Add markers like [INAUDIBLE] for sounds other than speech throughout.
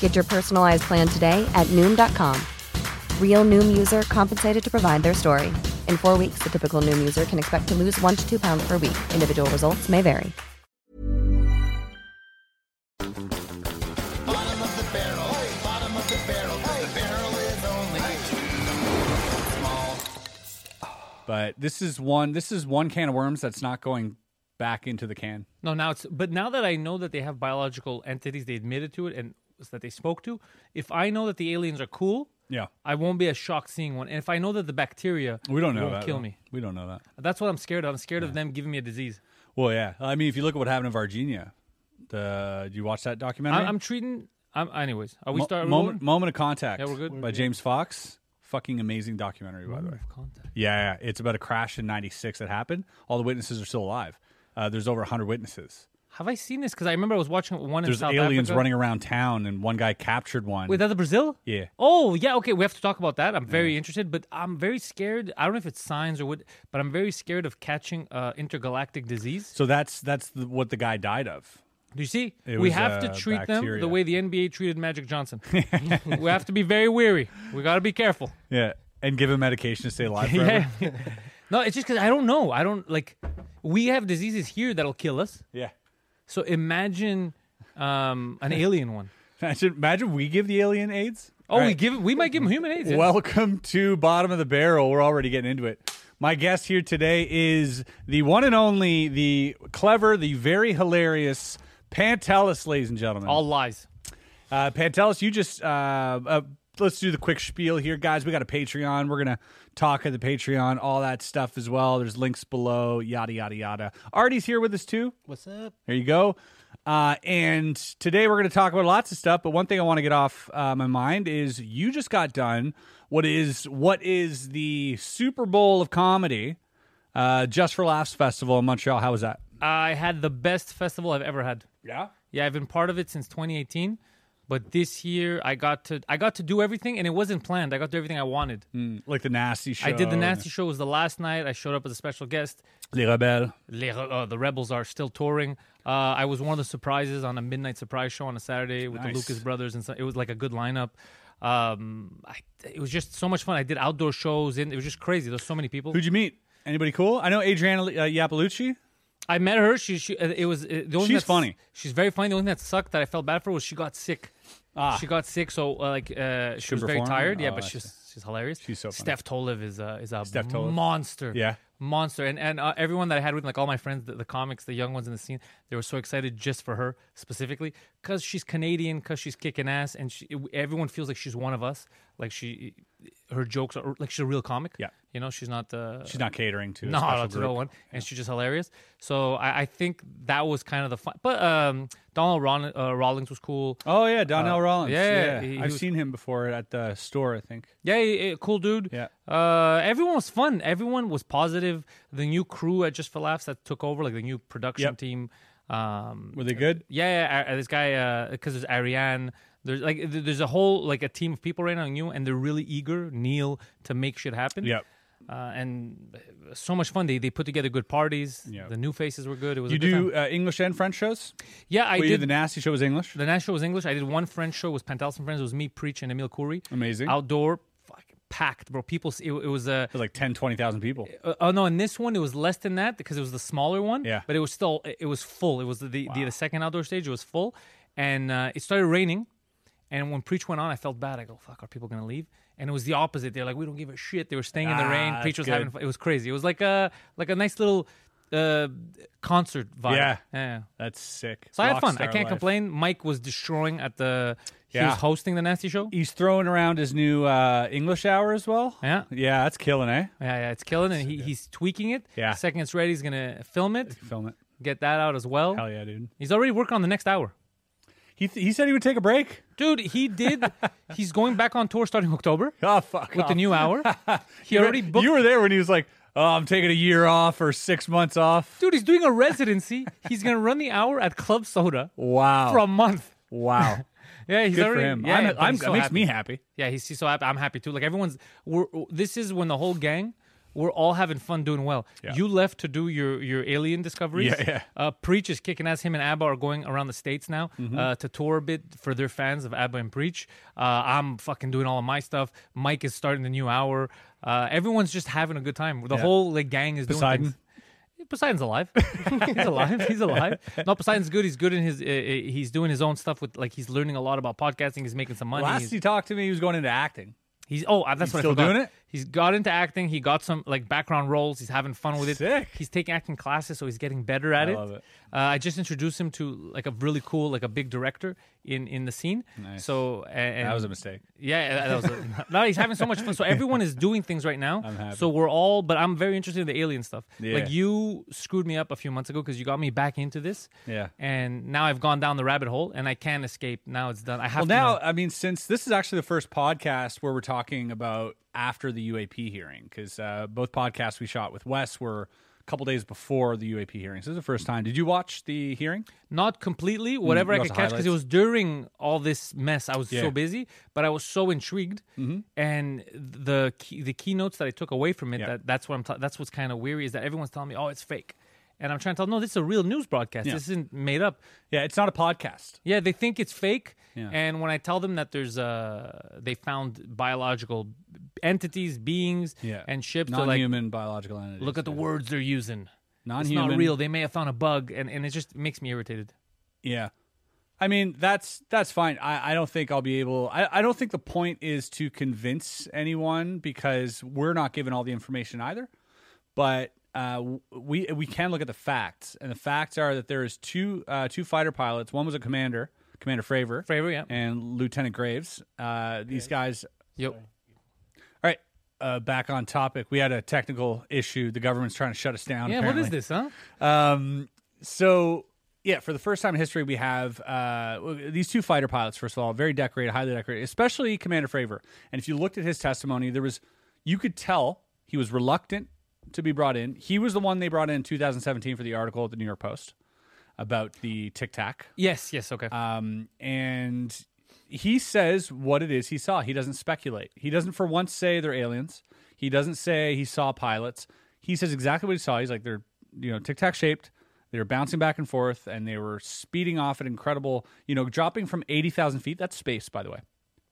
Get your personalized plan today at Noom.com. Real Noom user compensated to provide their story. In four weeks, the typical Noom user can expect to lose one to two pounds per week. Individual results may vary. Bottom of the barrel. Bottom of the barrel. 'cause The barrel is only small. But this is one this is one can of worms that's not going back into the can. No, now it's but now that I know that they have biological entities, they admitted to it and that they spoke to. If I know that the aliens are cool, Yeah. I won't be as shocked seeing one. And if I know that the bacteria We don't know won't that. kill though. me, We don't know that. that's what I'm scared of. I'm scared of them giving me a disease. Well, yeah. I mean, if you look at what happened in Virginia, the you watch that documentary? I, I'm treating. I'm anyways. Are we Mo- starting? moment, moment of contact. Yeah, we're good. Mm-hmm. By James Fox. Fucking amazing documentary, by the way. Yeah, yeah, it's about a crash in '96 that happened. All the witnesses are still alive. Uh, there's over 100 witnesses. Have I seen this? Because I remember I was watching one in There's South aliens Africa. running around town, and one guy captured one. Wait, that's Brazil? Yeah. Oh, yeah. Okay, we have to talk about that. I'm very interested, but I'm very scared. I don't know if it's signs or what, but I'm very scared of catching uh, intergalactic disease. so that's that's the, what the guy died of. Do you see? It We was, have uh, to treat them bacteria. the way the NBA treated Magic [LAUGHS] Johnson. we have to be very wary. We got to be careful. Yeah, and give him medication to stay alive. Forever. [LAUGHS] Yeah. no, it's just because I don't know. I don't like. We have diseases here that'll kill us. yeah. So imagine um, [LAUGHS] an alien one. Imagine, imagine we give the alien AIDS. Oh, we Right. give. We might give him human AIDS. yeah. Welcome to Bottom of the Barrel. We're already getting into it. My guest here today is the one and only, the clever, the very hilarious Pantelis, ladies and gentlemen. all lies. Uh, Pantelis, you just uh, uh, let's do the quick spiel here, guys. We got a Patreon. We're gonna talk at the Patreon, all that stuff as well. There's links below, yada yada yada. Artie's here with us too. What's up? There you go. Uh, and today we're gonna talk about lots of stuff, but one thing I want to get off uh, my mind is you just got done. What is what is the Super Bowl of comedy? Uh, just for Laughs Festival in Montreal. How was that? I had the best festival I've ever had. Yeah. Yeah, I've been part of it since 2018, but this year I got to I got to do everything, and it wasn't planned. I got to do everything I wanted. Like the nasty show. I did the nasty show. It was the last night. I showed up as a special guest. Les Rebelles. Les, Re- uh, the Rebels are still touring. Uh, I was one of the surprises on a midnight surprise show on a Saturday with Nice. the Lucas Brothers, and so, it was like a good lineup. Um, I, it was just so much fun. I did outdoor shows, and it was just crazy. There's so many people. Who'd you meet? Anybody cool? I know Adriana uh, Yappalucci. I met her. She, she uh, it was uh, the only She's that's- funny. She's very funny. The only thing that sucked that I felt bad for was she got sick. She got sick, so uh, like uh, she was very perform? tired. Yeah, Ah. Oh, but I she's she's hilarious. She's so funny. Steph Tolev is a is a Steph Tolev. monster. Yeah. monster. And and uh, everyone that I had with like all my friends, the, the comics, the young ones in the scene, they were so excited just for her specifically because she's Canadian, because she's kicking ass, and she, everyone feels like she's one of us. Like she, her jokes are like she's a real comic. Yeah. you know, she's not uh, She's not catering to a no, special that's no group. one, and she's just hilarious. So I, I think that was kind of the fun. But um, Donald Ron, uh, Rawlings was cool. Oh yeah, Donnell Uh, Rollins. yeah, Yeah, he- he I've was- seen him before at the store. I think. Yeah, he- he- cool dude. Yeah. Uh, everyone was fun. Everyone was positive. The new crew at Just for Laughs that took over, like the new production Yep. team. Um, Were they good? yeah, yeah, uh, this guy because there's uh, Ariane. There's like th- there's a whole like a team of people right now in you, and they're really eager, Neil, to make shit happen. Yep. Uh, and so much fun. They they put together good parties. Yep. The new faces were good. It was You a good do time. uh, English and French shows? yeah. I Well, you did the nasty show was English. the national was English. I did one French show. It was Pantelis and Friends. It was me, Preach, and Emil Khoury. Amazing. Outdoor, fucking packed, bro. People. s- It, it was a. It was like 10, 20,000 people. Uh, oh no! In this one, it was less than that because it was the smaller one. Yeah. But it was still it was full. It was the the, the second outdoor stage. It was full, and uh, it started raining. And when preach went on, I felt bad. I go, "Fuck, are people gonna leave?" And it was the opposite. They're like, "We don't give a shit." They were staying in the Ah, rain. that's Preach was good. having fun. It was crazy. It was like a like a nice little uh, concert vibe. Yeah. yeah. That's sick. So I had fun. Rockstar I can't life. complain. Mike was destroying at the. He Yeah. was hosting the nasty show. He's throwing around his new uh, English hour as well. Yeah. Yeah, that's killing, eh? Yeah, yeah, it's killing, and he, he's tweaking it. Yeah. second it's ready, he's gonna film it, Film it. get that out as well. Hell yeah, dude. He's already working on the next hour. He, th- he said he would take a break. Dude, he [LAUGHS] did. he's going back on tour starting October Oh, fuck. with the off. new [LAUGHS] hour. He already booked. You were there when he was like, oh, I'm taking a year off or six months off. Dude, he's doing a residency. he's going to run the hour at Club Soda Wow. for a month. [LAUGHS] wow. Yeah, he's Good already. for him. Yeah, I'm, but I'm, he's so it makes happy. me happy. Yeah, he's, he's so happy. I'm happy too. Like everyone's. We're, this is when the whole gang. We're all having fun doing well. Yeah. You left to do your, your alien discoveries. Yeah, yeah. Uh, Preach is kicking ass. Him and Abba are going around the states now Mm-hmm. uh, to tour a bit for their fans of Abba and Preach. Uh, I'm fucking doing all of my stuff. Mike is starting the new hour. Uh, everyone's just having a good time. The whole like gang is Poseidon? doing things. Poseidon's alive. [LAUGHS] he's alive. He's alive. No, Poseidon's good. He's good in his. Uh, uh, he's doing his own stuff with like he's learning a lot about podcasting. He's making some money. Last He's- he talked to me, he was going into acting. He's oh uh, that's He's what still I forgot. doing it? He's got into acting. He got some like background roles. He's having fun with it. Sick. He's taking acting classes, so he's getting better at I it. love it. Uh, I just introduced him to like a really cool like a big director in in the scene. Nice. So a- and, That was a mistake. Yeah, that was a, [LAUGHS] no. He's having so much fun. So everyone is doing things right now. I'm happy. So we're all, but I'm very interested in the alien stuff. Yeah. Like you screwed me up a few months ago because you got me back into this. Yeah. And now I've gone down the rabbit hole and I can't escape. Now it's done. I have Well, to know. now, I mean, since this is actually the first podcast where we're talking about after the UAP hearing, because uh, both podcasts we shot with Wes were a couple days before the UAP hearing. So this is the first time. Did you watch the hearing? not completely whatever i Mm, you got could the catch because it was highlights? during all this mess i was Yeah. Mm-hmm. so busy but i was so intrigued and the key, the keynotes that i took away from it Yeah. that, that's what i'm ta- that's what's kind of weary is that everyone's telling me oh it's fake and i'm trying to tell them, no this is a real news broadcast Yeah. this isn't made up Yeah, it's not a podcast. yeah they think it's fake Yeah. and when i tell them that there's uh they found biological entities beings Yeah, and ships they're like non-human biological entities. look at the yeah. words they're using it's Non-human. not real they may have found a bug and, and it just makes me irritated Yeah. I mean, that's that's fine. I, I don't think I'll be able I, I don't think the point is to convince anyone because we're not given all the information either. But uh, w- we we can look at the facts. And the facts are that there is two uh, two fighter pilots. One was a commander, Commander Fravor. Fravor, yeah. And Lieutenant Graves. Uh, these guys yep all right. Uh, back on topic. We had a technical issue. The government's trying to shut us down. yeah apparently. what is this huh Um, so yeah, for the first time in history, we have uh, these two fighter pilots. First of all, very decorated, highly decorated, especially Commander Fravor. And if you looked at his testimony, there was you could tell he was reluctant to be brought in. He was the one they brought in 2017 for the article at the New York Post about the Tic Tac Yes, yes, okay. um, and he says what it is he saw. He doesn't speculate. He doesn't for once say they're aliens. He doesn't say he saw pilots. He says exactly what he saw. He's like they're you know tic tac shaped. They were bouncing back and forth, and they were speeding off at incredible you know dropping from eighty thousand feet. That's space, by the way,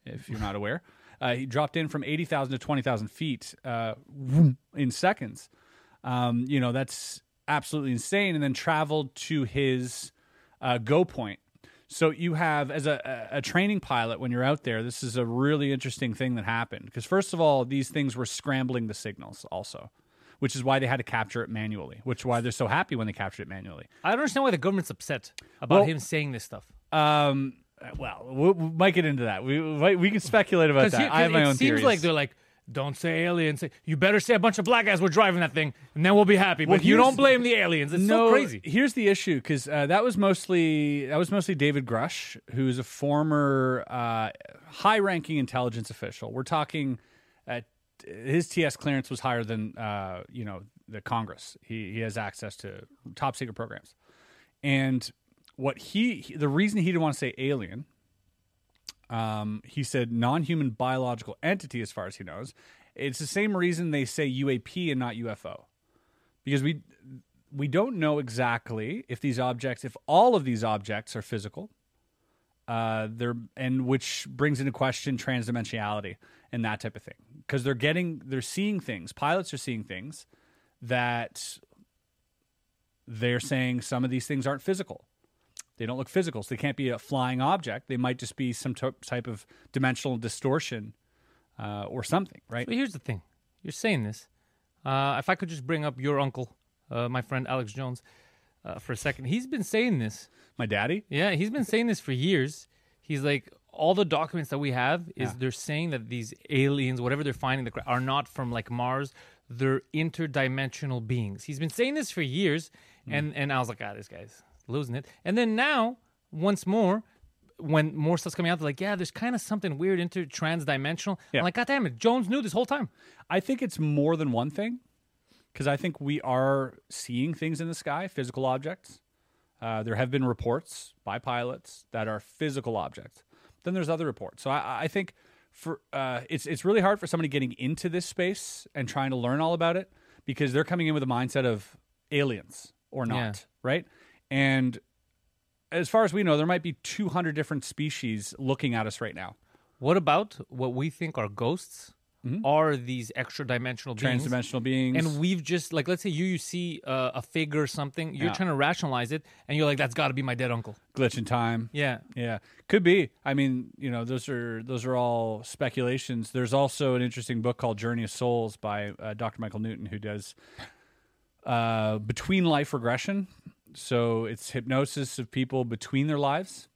if you're not aware. Uh, he dropped in from eighty thousand to twenty thousand feet uh, vroom, in seconds. Um, you know that's absolutely insane. And then traveled to his uh, go point. So you have as a, a a training pilot when you're out there, this is a really interesting thing that happened because first of all, these things were scrambling the signals also, which is why they had to capture it manually, which is why they're so happy when they captured it manually. I don't understand why the government's upset about Well- him saying this stuff. Um, well, we we might get into that. We we we can speculate about he- that. I have my it own seems theories. like they're like, don't say aliens. Say- You better say a bunch of black guys were driving that thing, and then we'll be happy. Well, but you here's- don't blame the aliens. It's so crazy. Here's the issue because uh, that was mostly that was mostly David Grush, who's a former uh, high-ranking intelligence official. We're talking uh, t- his TS clearance was higher than uh, you know the Congress. He he has access to top secret programs, and what he, he the reason he didn't want to say alien Um, he said non-human biological entity, as far as he knows. It's the same reason they say UAP and not UFO, because we we don't know exactly if these objects, if all of these objects are physical, uh, they're and which brings into question transdimensionality and that type of thing because they're getting they're seeing things pilots are seeing things that they're saying some of these things aren't physical they don't look physical so they can't be a flying object they might just be some to- type of dimensional distortion uh, or something right But here's the thing: you're saying this. Uh, if I could just bring up your uncle, uh, my friend Alex Jones, uh, for a second, he's been saying this. my daddy Yeah, he's been saying this for years. He's like, all the documents that we have is they're saying that these aliens, whatever they're finding, the cra- are not from like Mars. They're interdimensional beings. He's been saying this for years, Hmm. and and I was like, ah, this guy's losing it. And then now, once more, when more stuff's coming out, they're like, yeah, there's kind of something weird inter transdimensional. Yeah. I'm like, god damn it, Jones knew this whole time. i think it's more than one thing because i think we are seeing things in the sky physical objects uh, there have been reports by pilots that are physical objects. Then there's other reports. So I, I think for uh, it's it's really hard for somebody getting into this space and trying to learn all about it because they're coming in with a mindset of aliens or not, Yeah. right? And as far as we know, there might be 200 different species looking at us right now. What about what we think are ghosts? Are these extra dimensional beings? Mm-hmm. Transdimensional beings. and we've just like let's say you you see uh, a figure or something you're trying to rationalize it and you're like that's got to be my dead uncle glitch in time. yeah Yeah, could be. I mean, you know, those are those are all speculations. There's also an interesting book called Journey of Souls by uh, Dr. Michael Newton, who does uh, between life regression. So it's hypnosis of people between their lives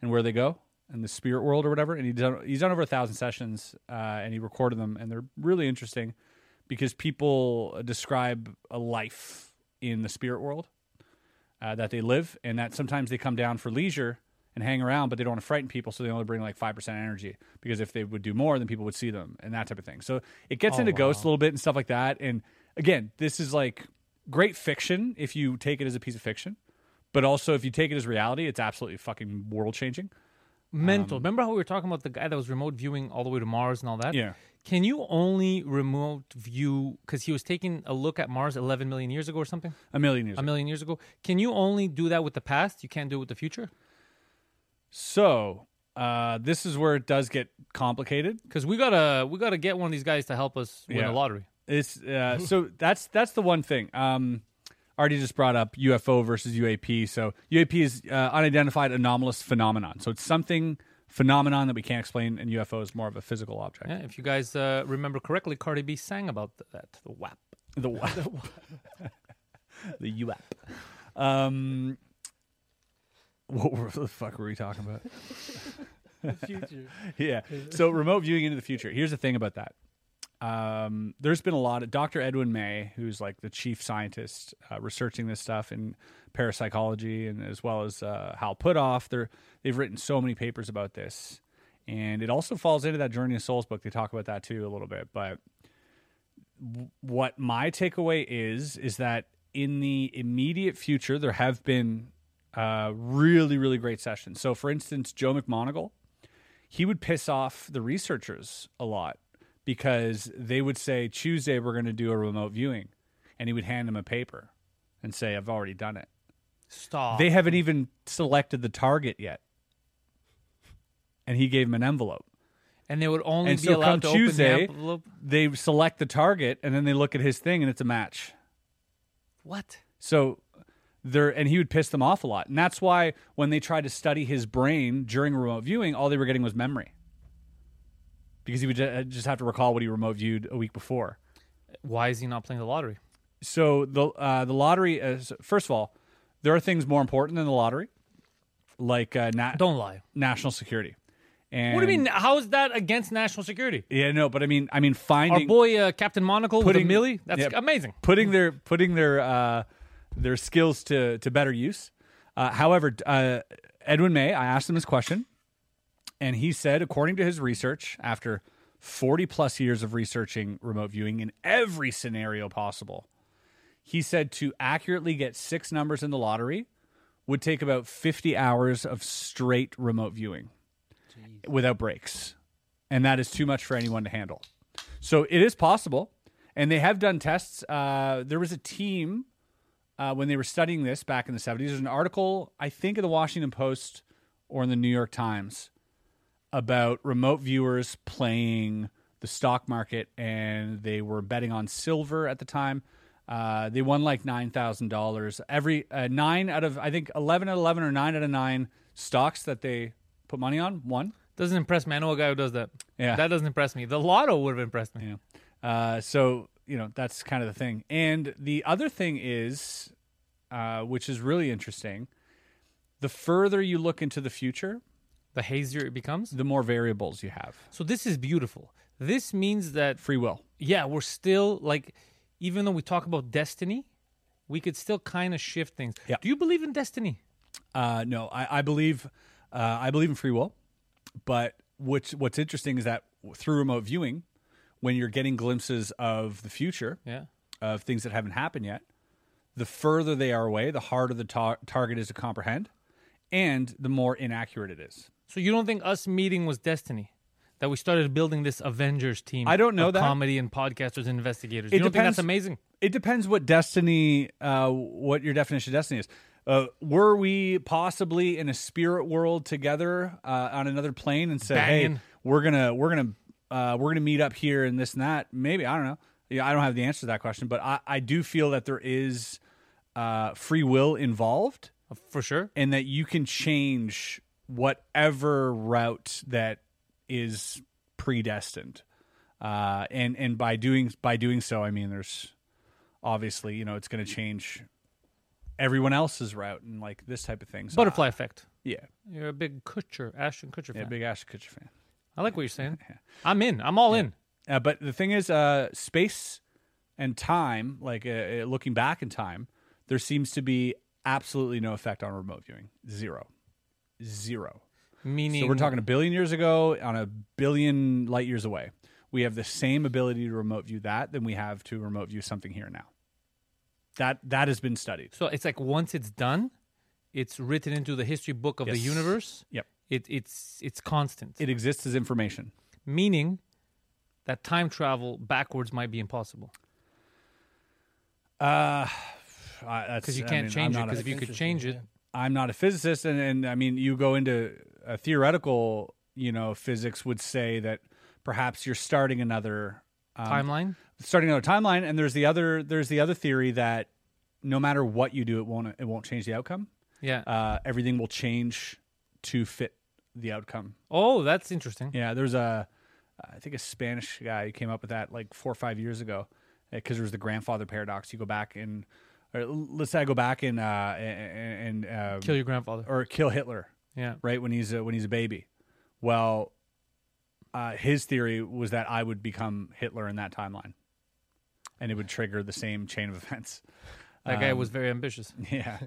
and where they go and the spirit world or whatever. And he's done he's done over a thousand sessions, uh, and he recorded them, and they're really interesting because people uh, describe a life in the spirit world uh, that they live, and that sometimes they come down for leisure and hang around, but they don't want to frighten people, so they only bring like five percent energy because if they would do more, then people would see them and that type of thing. So it gets into ghosts a little bit and stuff like that. And again, this is like great fiction if you take it as a piece of fiction, but also if you take it as reality, it's absolutely fucking world changing. Um, mental remember how we were talking about the guy that was remote viewing all the way to mars and all that Yeah. can you only remote view because he was taking a look at mars 11 million years ago or something A million years. a million years ago can you only do that with the past you can't do it with the future So uh, this is where it does get complicated. because we gotta we gotta get one of these guys to help us win Yeah. a lottery It's uh, so that's that's the one thing. Um, already just brought up UFO versus UAP. So UAP is uh, unidentified anomalous phenomenon. So it's something phenomenon that we can't explain, and UFO is more of a physical object. yeah, if you guys uh, remember correctly cardi b sang about that the wap The what? [LAUGHS] the UAP. Um, what were, the fuck were we talking about? future [LAUGHS] yeah. So remote viewing into the future. Here's the thing about that. Um, there's been a lot of Dr. Edwin May, who's like the chief scientist uh, researching this stuff in parapsychology, and as well as uh, Hal Putoff. They're, they've written so many papers about this, and it also falls into that Journey of Souls book. They talk about that too a little bit. But w- what my takeaway is is that in the immediate future, there have been uh, really, really great sessions. So, for instance, Joe McMonagle, he would piss off the researchers a lot because they would say Tuesday we're going to do a remote viewing, and he would hand them a paper and say I've already done it. stop They haven't even selected the target yet, and he gave him an envelope. and they would only and be so come allowed to Tuesday, open the envelope they select the target, and then they look at his thing, and it's a match. What? So there and he would piss them off a lot. And that's why when they tried to study his brain during remote viewing, all they were getting was memory. Because he would ju- uh, just have to recall what he remote viewed a week before. Why is he not playing the lottery? So the uh, the lottery is first of all, there are things more important than the lottery, like uh, na- Don't lie. national security. And what do you mean? How is that against national security? Yeah, no, but I mean, I mean Our finding boy uh, Captain Monocle putting with a milli? That's yeah, amazing. Putting their putting their uh, their skills to to better use. Uh, however, uh, Edwin May, I asked him this question, and he said, according to his research, after forty plus years of researching remote viewing in every scenario possible, he said to accurately get six numbers in the lottery would take about fifty hours of straight remote viewing. without breaks. And that is too much for anyone to handle. So it is possible. And they have done tests. Uh, there was a team uh, when they were studying this back in the 70s. There's an article, I think, in the Washington Post or in the New York Times about remote viewers playing the stock market. And they were betting on silver at the time. Uh, they won like nine thousand dollars. Every uh, nine out of I think eleven out of eleven or nine out of nine stocks that they put money on won. Doesn't impress me. I know a guy who does that. Yeah. That doesn't impress me. The lotto would have impressed me. Yeah. Uh, so you know that's kind of the thing. And the other thing is, uh, which is really interesting, the further you look into the future, The hazier it becomes. the more variables you have. So this is beautiful. This means that Free will. yeah, we're still like, even though we talk about destiny, we could still kind of shift things. Yeah. Do you believe in destiny? Uh, no, I, I believe uh, I believe in free will, but what's what's interesting is that through remote viewing, when you're getting glimpses of the future, Yeah. of things that haven't happened yet, the further they are away, the harder the tar- target is to comprehend, and the more inaccurate it is. So you don't think us meeting was destiny? That we started building this Avengers team. I don't know of that. comedy and podcasters and investigators. It you don't think depends- that's amazing? It depends what destiny, uh, what your definition of destiny is. Uh, were we possibly in a spirit world together uh, on another plane and said, "Hey, Banging. we're gonna we're gonna uh, we're gonna meet up here and this and that"? Maybe I don't know. Yeah, I don't have the answer to that question, but I, I do feel that there is uh, free will involved. Uh, For sure. and that you can change whatever route that is predestined. Uh, and and by doing by doing so, I mean there's obviously you know it's going to change everyone else's route and like this type of thing. So, Butterfly effect. yeah, You're a big Kutcher, Ashton Kutcher yeah, fan. big Ash Kutcher fan. I like what you're [LAUGHS] saying. I'm in. I'm all in. Uh, but the thing is, uh, space and time, like uh, uh, looking back in time, there seems to be absolutely no effect on remote viewing. Zero, zero. Meaning, So we're talking a billion years ago on a billion light years away. We have the same ability to remote view that than we have to remote view something here now. That that has been studied. So it's like once it's done, it's written into the history book of the Yes. universe. Yep. It, it's it's constant. It exists as information. meaning that time travel backwards might be impossible Uh [SIGHS] because because you can't change it. Because if you could change it, I'm not a physicist, and, and I mean, you go into a theoretical, you know, physics would say that perhaps you're starting another um, timeline. starting another timeline. And there's the other there's the other theory that no matter what you do, it won't it won't change the outcome. Yeah. uh, everything will change to fit the outcome. oh, that's interesting. Yeah, there's a, I think a Spanish guy who came up with that like four or five years ago, because there was the grandfather paradox. You go back and, or l- let's say I go back and uh, a- a- and, and Kill your grandfather. or kill Hitler, yeah. right when he's a, when he's a baby. Well, uh, his theory was that I would become Hitler in that timeline, and it would trigger the same chain of events. [LAUGHS] That guy was very ambitious. Um, [LAUGHS] Yeah,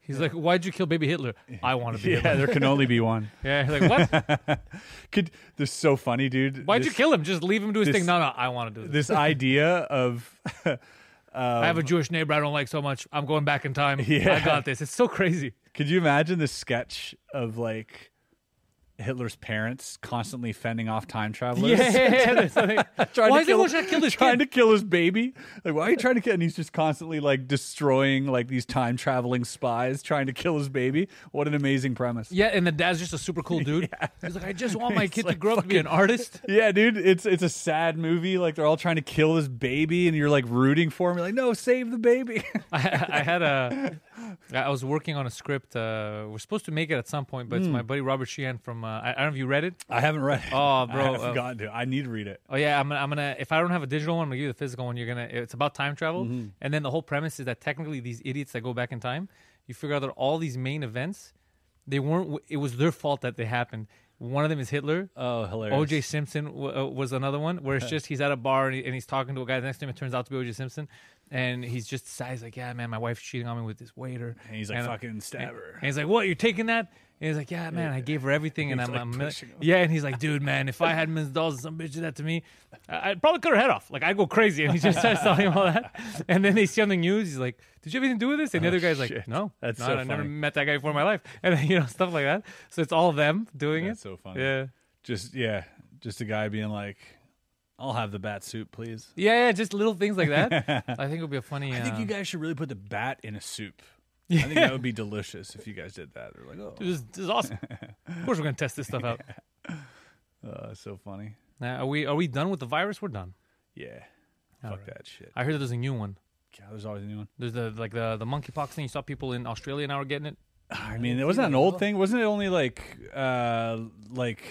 He's like, "Why'd you kill baby [LAUGHS] Hitler? I want to be yeah. Hitler." There can only be one. [LAUGHS] Yeah. he's Like [LAUGHS] what? Could this is so funny, dude? Why'd you this, kill him? Just leave him do his this- thing. No, no. I want to do this. this idea of [LAUGHS] I have a Jewish neighbor I don't like so much. I'm going back in time. Yeah. I got this. It's so [LAUGHS] crazy. could you imagine the sketch of like Hitler's parents constantly fending off time travelers? Yeah. Why trying to is kill, everyone trying to kill this [LAUGHS] trying kid? to kill his baby? Like, why are you trying to kill? And he's just constantly like destroying like these time traveling spies trying to kill his baby. What an amazing premise! Yeah, and the dad's just a super [LAUGHS] cool dude. He's like, I just want my kid to grow up to be an artist. Yeah, dude, it's it's a sad movie. Like they're all trying to kill this baby, and you're like rooting for him. You're like, no, save the baby. [LAUGHS] I, I had a, I I was working on a script. Uh, we're supposed to make it at some point, but it's Hmm. my buddy Robert Sheehan from. Uh, I, I don't know if you read it. I haven't read it. Oh, bro, I uh, forgot to. I need to read it. Oh yeah, I'm gonna, I'm gonna. If I don't have a digital one, I'm gonna give you the physical one. You're gonna. It's about time travel, and then the whole premise is that technically these idiots that go back in time, you figure out that all these main events, they weren't. It was their fault that they happened. One of them is Hitler. Oh, hilarious. OJ Simpson w- uh, was another one where it's just he's at a bar and, he, and he's talking to a guy next to him. It turns out to be OJ Simpson, and he's just sad. He's like, "Yeah, man, my wife's cheating on me with this waiter." And he's like, "Fucking stab her." And he's like, "What? You're taking that?" And he's like, "Yeah, man, I gave her everything, and He's I'm, like I'm mil- pushing him. yeah." And he's like, "Dude, man, if I had millions of dollars and some bitch did that to me, I- I'd probably cut her head off. Like, I'd go crazy." And he just starts telling him all that, and then they see on the news, he's like, "Did you have anything to do with this?" And the other guy's Oh, shit. like, "No, That's no, so I never [LAUGHS] funny. met that guy before in my life," and you know stuff like that. So it's all them doing That's it. so funny. Yeah. Just yeah, just a guy being like, "I'll have the bat suit, please." Um, Yeah, yeah, just little things like [LAUGHS] that. I think it would be a funny. I think uh, you guys should really put the bat in [LAUGHS] a soup. I think that would be delicious if you guys did that. They're like, "Oh, Dude, this, this is awesome. of course, we're gonna test this stuff [LAUGHS] out. uh, that's so funny." Now, are we? Are we done with the virus? We're done. Yeah, fuck that shit. I heard that there's a new one. God, there's always a new one. There's the like the the monkeypox thing. You saw people in Australia now are getting it. I mean, it wasn't that an old thing. Wasn't it only like, uh, like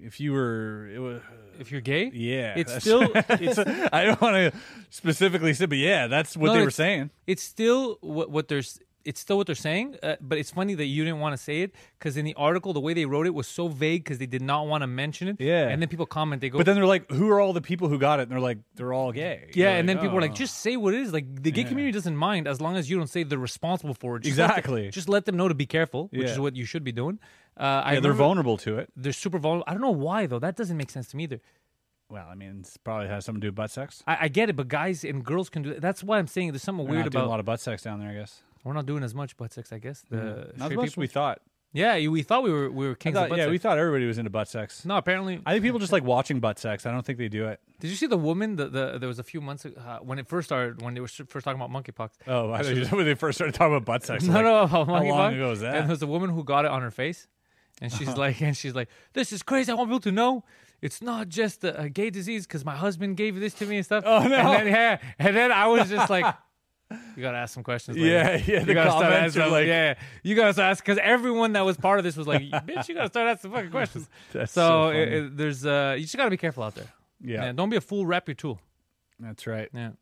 if you were, it was, If you're gay, yeah. it's that's- still it's [LAUGHS] I don't want to specifically say, but yeah, that's [LAUGHS] what No, they were it's- saying. it's still what, what they're s- it's still what they're saying uh, but it's funny that you didn't want to say it because in the article the way they wrote it was so vague because they did not want to mention it Yeah. and then people comment they go But then they're like, who are all the people who got it? And they're like, they're all gay. yeah, You're and then people were "Oh." like, just say what it is. Like the gay community doesn't mind as long as you don't say they're responsible for it. Just let them- Exactly. just let them know to be careful, which Yeah. is what you should be doing. Uh, I yeah, they're remember- vulnerable to it. They're super vulnerable. I don't know why though. That doesn't make sense to me either. Well, I mean, it's probably has something to do with butt sex. I, I get it, but guys and girls can do that. That's why I'm saying there's something They're weird not doing about. a lot of butt sex down there, I guess. we're not doing as much butt sex, I guess. The Not as straight much as people. we thought. Yeah, you- we thought we were we were I kings thought- of butt yeah, sex. we thought everybody was into butt sex. No, apparently. I think people just like watching butt sex. I don't think they do it. Did you see the woman? The, the there was a few months ago, uh, when it first started when they were first talking about monkeypox. Oh, I thought [LAUGHS] you when they first started talking about butt sex. no, like, no, how how monkeypox. long ago was that? Uh-huh. And there was a woman who got it on her face, and she's like, and she's like, this is crazy. I want people to know. It's not just a, a gay disease because my husband gave this to me and stuff. Oh, no. And then, yeah, and then I was just like, [LAUGHS] you gotta ask some questions. Later. Yeah, yeah, the You gotta start comments are asking. like- yeah, yeah. you gotta start asking because everyone that was part of this was like, bitch, you gotta start asking fucking questions. [LAUGHS] That's so so funny. it, it- there's uh, you just gotta be careful out there. Yeah. Man, don't be a fool. Wrap your tool. That's right. Yeah.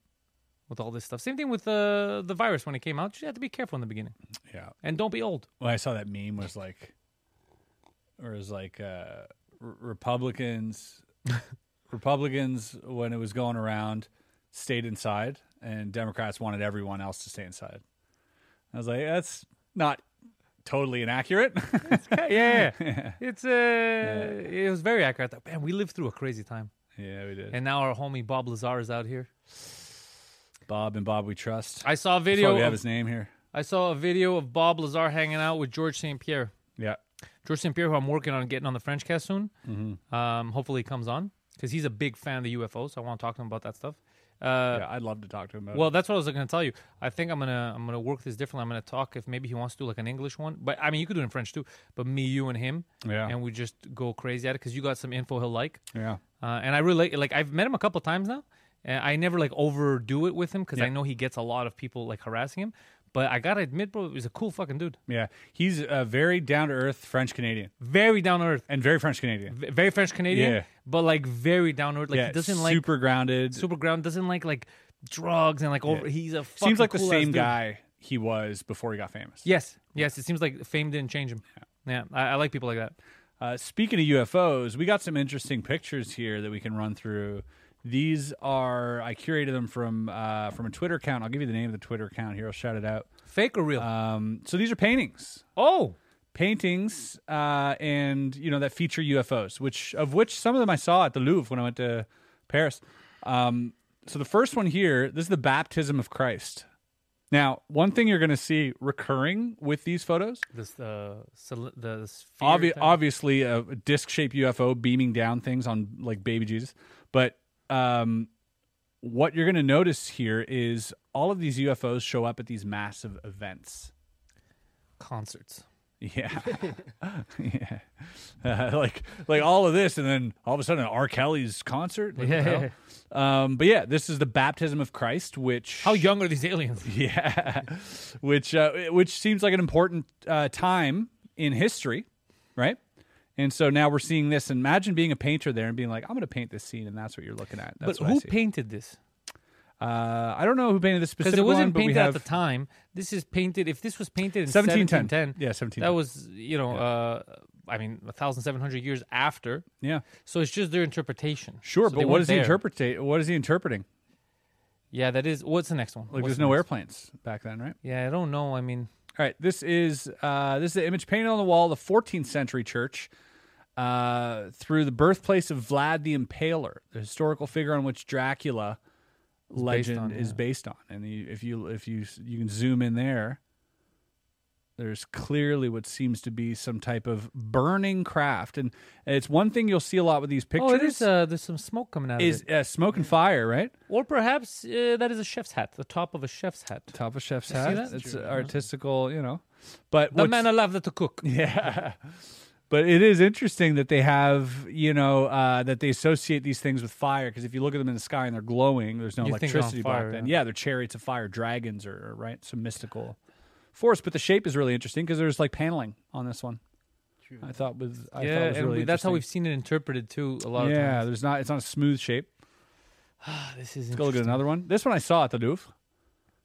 With all this stuff. Same thing with uh, the virus when it came out. You had to be careful in the beginning. Yeah. And don't be old. Well, I saw that meme was like, or it was like uh, R- Republicans, Republicans when it was going around stayed inside, and Democrats wanted everyone else to stay inside. I was like, that's not totally inaccurate. [LAUGHS] yeah. It's uh it was very accurate. Like, Man, we lived through a crazy time. yeah, we did. And now our homie Bob Lazar is out here. Bob and Bob, we trust. I saw a That's why video we have of, his name here. I saw a video of Bob Lazar hanging out with George St. Pierre. Yeah. George St. Pierre, who I'm working on getting on the French cast soon. Mm-hmm. Um, hopefully he comes on because he's a big fan of the UFOs. So I want to talk to him about that stuff. Uh, yeah, I'd love to talk to him about. Well, that's what I was going to tell you. I think I'm gonna I'm gonna work this differently. I'm gonna talk if maybe he wants to do like an English one, but I mean you could do it in French too. But me, you, and him, Yeah. and we just go crazy at it because you got some info he'll like. it. yeah, Uh, and I really like- like I've met him a couple times now, and I never like overdo it with him because I know he gets a lot of people like harassing him. But I gotta admit, bro, he's a cool fucking dude. yeah, he's a very down to earth French Canadian Very down to earth, and very French Canadian. v- very French Canadian, Yeah. but like very down to earth. Like yeah, he doesn't like super grounded. super ground, doesn't like like drugs and like over. He's a fucking Seems like the cool-ass same dude. guy he was before he got famous. Yes, yes. It seems like fame didn't change him. Yeah, I, I like people like that. Uh, speaking of UFOs, we got some interesting pictures here that we can run through. These are I curated them from uh, from a Twitter account. I'll give you the name of the Twitter account here. I'll shout it out. Fake or real? Um, so these are paintings, oh, paintings, uh, and you know that feature UFOs, which of which some of them I saw at the Louvre when I went to Paris. Um, so the first one here, this is the baptism of Christ. Now, one thing you're going to see recurring with these photos this uh, sol- the sphere Obvi- thing. obviously a disc shaped UFO beaming down things on like baby Jesus. But um, what you're going to notice here is all of these UFOs show up at these massive events. concerts. [LAUGHS] Yeah, [LAUGHS] yeah, [LAUGHS] Uh, like like all of this, and then all of a sudden, R. Kelly's concert. Like, what the Yeah. hell? Um, but yeah, this is the baptism of Christ, which How young are these aliens? [LAUGHS] yeah, which uh, which seems like an important uh, time in history, right? And so now we're seeing this. Imagine being a painter there and being like, "I'm going to paint this scene," and that's what you're looking at. But That's what I who see. painted this? Uh, I don't know who painted this Because specific it one, wasn't but we painted have at the time. This is painted. If this was painted in 1710. 1710, Yeah, 1710. That was you know, uh, I mean, 1,700 years after. yeah, So it's just their interpretation. sure. So they but what weren't is he there. interpretate? What is he interpreting? Yeah, that is. What's the next one? Like, What's there's the no next? airplanes back then, right? Yeah, I don't know. I mean, All right, this is uh, this is the image painted on the wall of the 14th century church uh, through the birthplace of Vlad the Impaler, the historical figure on which Dracula legend on, is yeah. based on. And you, if you if you you can zoom in there, There's clearly what seems to be some type of burning craft, and it's one thing you'll see a lot with these pictures. Oh, it is. Uh, there's some smoke coming out is of it. uh, smoke and fire, right? Or perhaps uh, that is a chef's hat, the top of a chef's hat. Top of chef's see hat. that? It's True. artistical, you know. But The what's- man allowed to cook. Yeah. But it is interesting that they have, you know, uh, that they associate these things with fire because if you look at them in the sky and they're glowing, there's no You think they're on electricity fire, back then. yeah. Yeah. they're chariots of fire, dragons, or, or, right, some mystical force. But the shape is really interesting because there's like paneling on this one. I thought was [LAUGHS] I yeah, thought was and really we, that's how we've interesting. seen it interpreted too a lot yeah. of times. There's not it's not a smooth shape. Ah, this is Let's go look at interesting. another one. This one I saw at the Louvre.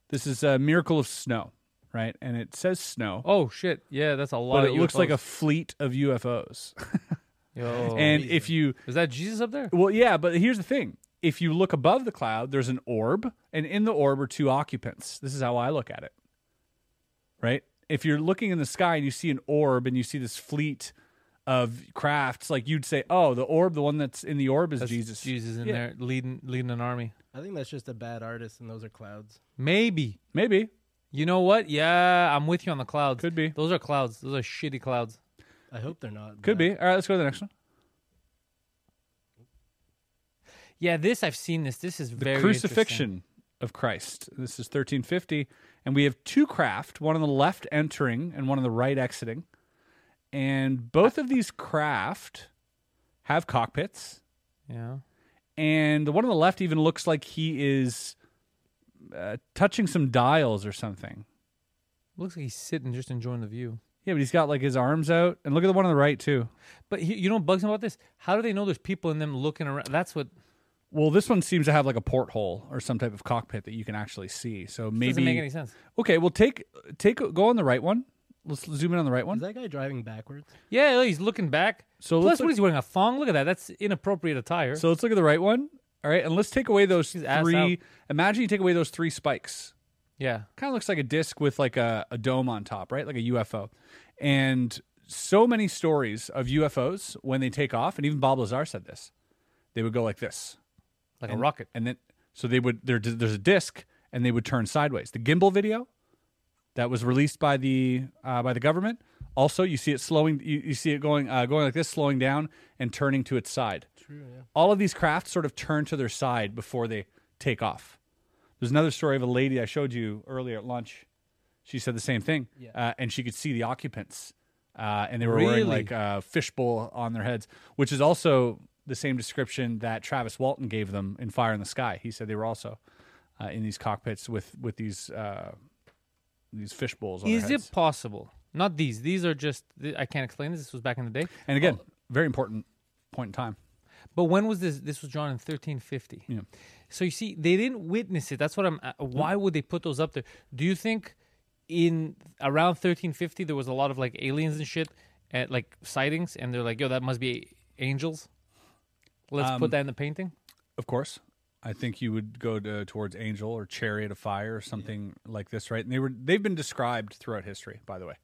This is a miracle of snow, right? And it says snow, Oh shit! Yeah, that's a lot. but of it looks like a UFOs. fleet of UFOs. Oh, Yo. and if you is that Jesus up there? Well, yeah, but here's the thing. If you look above the cloud, there's an orb, and in the orb are two occupants. This is how I look at it. Right? If you're looking in the sky and you see an orb and you see this fleet of crafts, like you'd say, "Oh, the orb, the one that's in the orb is That's Jesus." Jesus in Yeah. there leading leading an army. I think that's just a bad artist, and those are clouds. Maybe. Maybe. You know what? Yeah, I'm with you on the clouds. Could be. Those are clouds. Those are shitty clouds. I hope they're not. Could but- be. All right, let's go to the next one. Yeah, this I've seen. This this is The very interesting. crucifixion of Christ. This is 1350, and we have two craft, one on the left entering and one on the right exiting. And both of these craft have cockpits. Yeah. and the one on the left even looks like he is uh, touching some dials or something. Looks like he's sitting just enjoying the view. Yeah, but he's got like his arms out, and look at the one on the right too. But he, you know what bugs me about this? How do they know there's people in them looking around? That's what Well, this one seems to have like a porthole or some type of cockpit that you can actually see. So this maybe doesn't make any sense. okay. Well, take take go on the right one. Let's zoom in on the right one. Is that guy driving backwards? Yeah, look, he's looking back. So So let's plus, look- what is he wearing? A thong? Look at that. That's inappropriate attire. so let's look at the right one. All right, and let's take away those His ass three. out. Imagine you take away those three spikes. yeah, kind of looks like a disc with like a, a dome on top, right? Like a UFO. And so many stories of UFOs when they take off, and even Bob Lazar said this, they would go like this, like And- a rocket. and then so they would there, there's a disc, and they would turn sideways. The gimbal video that was released by the uh, by the government. Also, you see it slowing. You, you see it going uh, going like this, slowing down and turning to its side. True. Yeah. All of these crafts sort of turn to their side before they take off. There's another story of a lady I showed you earlier at lunch. She said the same thing, uh, and she could see the occupants, uh, and they were Really? wearing like a fishbowl on their heads, which is also the same description that Travis Walton gave them in Fire in the Sky. He said they were also uh, in these cockpits with with these uh, these fish bowls. On their Is heads. it possible? Not these. These are just. th- I can't explain this. This was back in the day. And again, very important point in time. But when was this? This was drawn in 1350. Yeah. Mm. So you see, they didn't witness it. That's what I'm. uh, Why would they put those up there? Do you think in around 1350 there was a lot of like aliens and shit at like sightings, and they're like, "Yo, that must be angels." Let's Um, put that in the painting. Of course, I think you would go to, towards Angel or Chariot of Fire or something like this, right? And they were they've been described throughout history. By the way,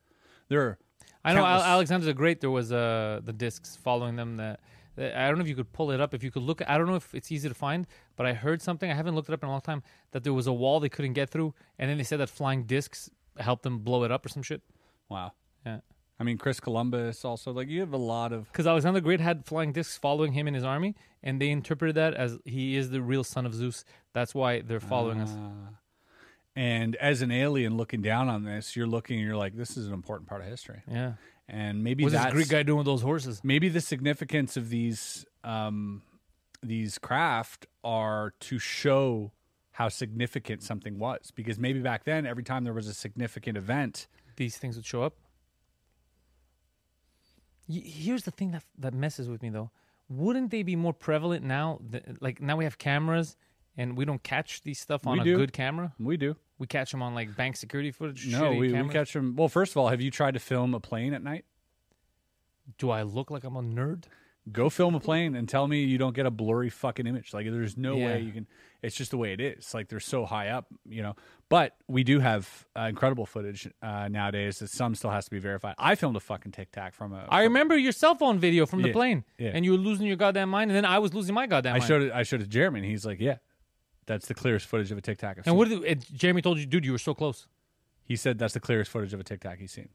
there are I know Al- countless- Alexander the Great. There was uh, the discs following them. That that- I don't know if you could pull it up. If you could look, I don't know if it's easy to find, but I heard something. I haven't looked it up in a long time. That there was a wall they couldn't get through, and then they said that flying discs helped them blow it up or some shit. Wow. Yeah, I mean, Chris Columbus also like you have a lot of because Alexander the Great had flying discs following him in his army, and they interpreted that as he is the real son of Zeus. That's why they're following us. Ah. and as an alien looking down on this, you're looking and you're like, this is an important part of history, Yeah, and maybe what's this that's Greek guy doing with those horses? maybe the significance of these um, these craft are to show how significant something was because maybe back then every time there was a significant event these things would show up. Y- Here's the thing that that messes with me though. Wouldn't they be more prevalent now? Th- like now we have cameras and we don't catch these stuff on We a do. good camera. we do We catch them on like bank security footage. no shitty we, we cameras. catch them well first of all have you tried to film a plane at night Do I look like I'm a nerd? go film a plane and tell me you don't get a blurry fucking image. Like there's no Yeah. way you can. It's just the way it is. Like they're so high up, you know. But we do have uh, incredible footage uh, nowadays that some still has to be verified. I filmed a fucking tic tac from a. I remember your cell phone video from the Yeah, plane, yeah. and you were losing your goddamn mind, and then I was losing my goddamn I mind. showed it. I showed it to Jeremy, and he's like, "Yeah, that's the clearest footage of a tic tac." And what did, and Jeremy told you, dude? You were so close. He said that's the clearest footage of a TikTok he's seen.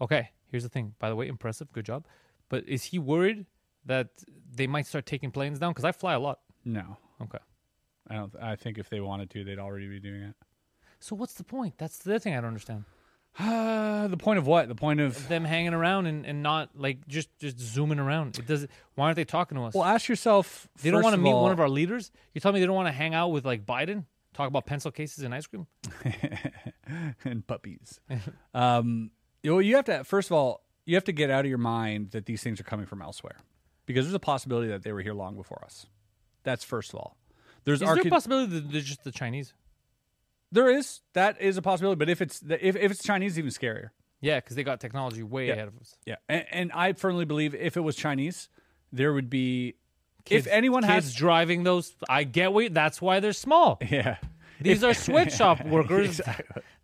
Okay, here's the thing. By the way, impressive, good job. But is he worried that they might start taking planes down? Because I fly a lot. No, Okay. I don't. I think if they wanted to, they'd already be doing it. [SIGHS] So what's the point? That's the other thing I don't understand. Uh, the point of what? The point of Them hanging around and, and not like just just zooming around. It does. Why aren't they talking to us? Well, ask yourself. they don't want to meet one of our leaders. You tell me they don't want to hang out with like Biden, talk about pencil cases and ice cream. [LAUGHS] and puppies. um, you know, you have to first of all, you have to get out of your mind that these things are coming from elsewhere, because there's a possibility that they were here long before us. That's first of all. There's Is there a archae- possibility that they're just the Chinese? there is that is a possibility, but if it's the, if if it's Chinese, even scarier. Yeah, because they got technology way Yeah. ahead of us. Yeah, and, and I firmly believe if it was Chinese, there would be. Kids- if anyone kids has driving those, I get what. That's why they're small. [LAUGHS] yeah. These are [LAUGHS] sweatshop workers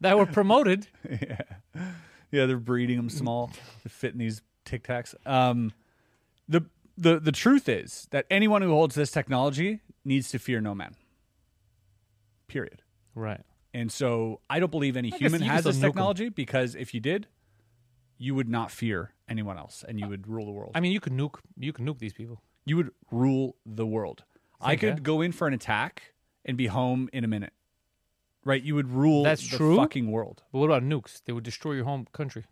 that were promoted. Yeah, they're breeding them Mm. small to fit in these Tic Tacs. Um, the the the truth is that anyone who holds this technology needs to fear no man. Period. Right. And so I don't believe any guess human you could has still this nuke 'em. technology because if you did, you would not fear anyone else, and you would rule the world. I mean, you can nuke. You can nuke these people. you would rule the world. I Think, could eh? go in for an attack and be home in a minute. Right? You would rule That's the true. fucking world. But what about nukes? They would destroy your home country.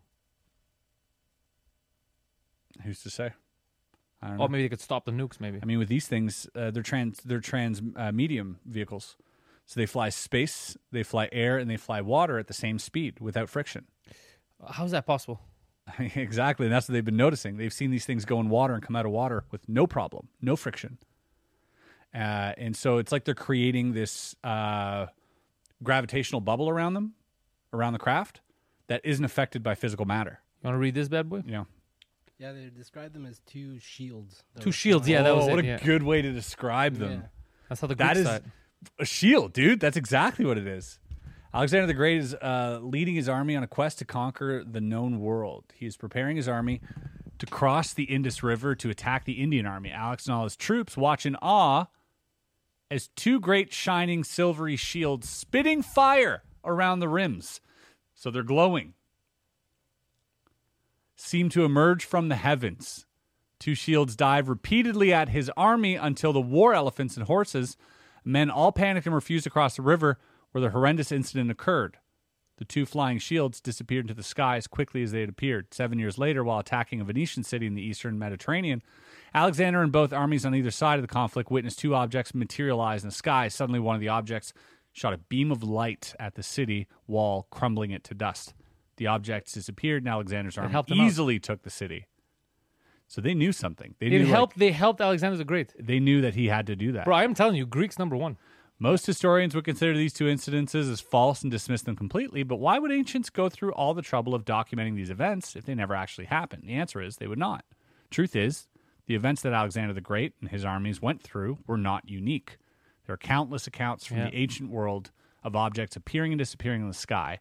Who's to say? I don't know. Or maybe they could stop the nukes. Maybe. I mean, with these things, uh, they're trans they're trans uh, medium vehicles, so they fly space, they fly air, and they fly water at the same speed without friction. [LAUGHS] How is that possible? exactly, and that's what they've been noticing. They've seen these things go in water and come out of water with no problem, no friction. Uh, and so it's like they're creating this uh, gravitational bubble around them, around the craft, that isn't affected by physical matter. You want to read this bad boy? You know, Yeah, they described them as two shields. that Two were shields. Yeah, flying. that was Oh, what it. a yeah. good way to describe them. Yeah. That's how the Greek That is saw it. a shield, dude. That's exactly what it is. Alexander the Great is uh, leading his army on a quest to conquer the known world. He is preparing his army to cross the Indus River to attack the Indian army. Alex and all his troops watch in awe as two great shining silvery shields spitting fire around the rims. So they're glowing. Seem to emerge from the heavens. Two shields dive repeatedly at his army until the war elephants and horses, men all panicked and refused to cross the river where the horrendous incident occurred. The two flying shields disappeared into the sky as quickly as they had appeared. Seven years later, while attacking a Venetian city in the eastern Mediterranean, Alexander and both armies on either side of the conflict witnessed two objects materialize in the sky. Suddenly, one of the objects shot a beam of light at the city wall, crumbling it to dust. The objects disappeared, and Alexander's army helped him out. easily took the city. So they knew something. They knew It like, helped. They helped Alexander the Great. they knew that he had to do that. Bro, I'm telling you, Greeks number one. Most historians would consider these two incidences as false and dismiss them completely, but why would ancients go through all the trouble of documenting these events if they never actually happened? The answer is they would not. Truth is, the events that Alexander the Great and his armies went through were not unique. There are countless accounts from Yeah. the ancient world of objects appearing and disappearing in the sky.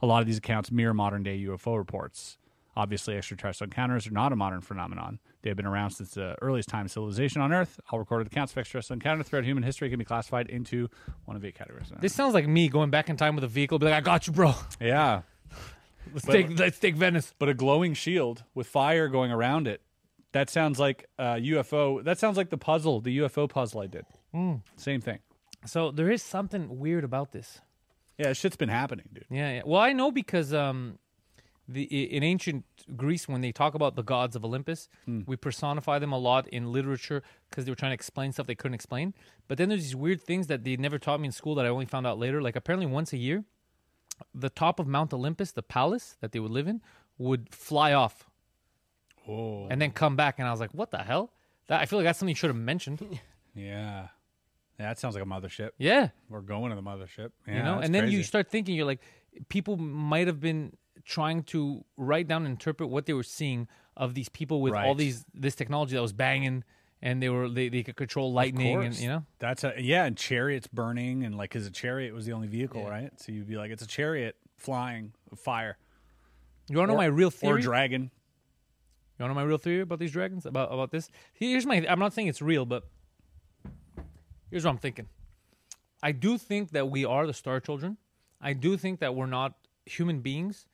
A lot of these accounts mirror modern day UFO reports. Obviously, extraterrestrial encounters are not a modern phenomenon. They have been around since the earliest time of civilization on Earth. All recorded accounts of extraterrestrial encounter throughout human history can be classified into one of eight categories. This sounds like me going back in time with a vehicle. Be like, I got you, bro. yeah, Let's But- take let's take Venice. but a glowing shield with fire going around it. That sounds like uh, a UFO. That sounds like the puzzle, the UFO puzzle I did. Hmm. Same thing. So there is something weird about this. Yeah, shit's been happening, dude. Yeah, yeah. Well, I know because um, the i- in ancient Greece, when they talk about the gods of Olympus, we personify them a lot in literature because they were trying to explain stuff they couldn't explain. But then there's these weird things that they never taught me in school that I only found out later. Like apparently, once a year, the top of Mount Olympus, the palace that they would live in, would fly off Oh, and then come back. And I was like, what the hell? That I feel like that's something you should have mentioned. yeah. Yeah, that sounds like a mothership. yeah. We're going to the mothership. Yeah, you know that's and then you crazy. start thinking you're like people might have been trying to write down and interpret what they were seeing of these people with all Right. these this technology that was banging and they were they, they could control lightning and course. you know That's a yeah, and chariots burning and like because a chariot was the only vehicle, right? So you'd be like, it's a chariot flying of fire. you want to know my real Or theory dragon. You want to know my real theory about these dragons? About about this? Here's my. I'm not saying it's real, but here's what I'm thinking. I do think that we are the Star Children. I do think that we're not human beings,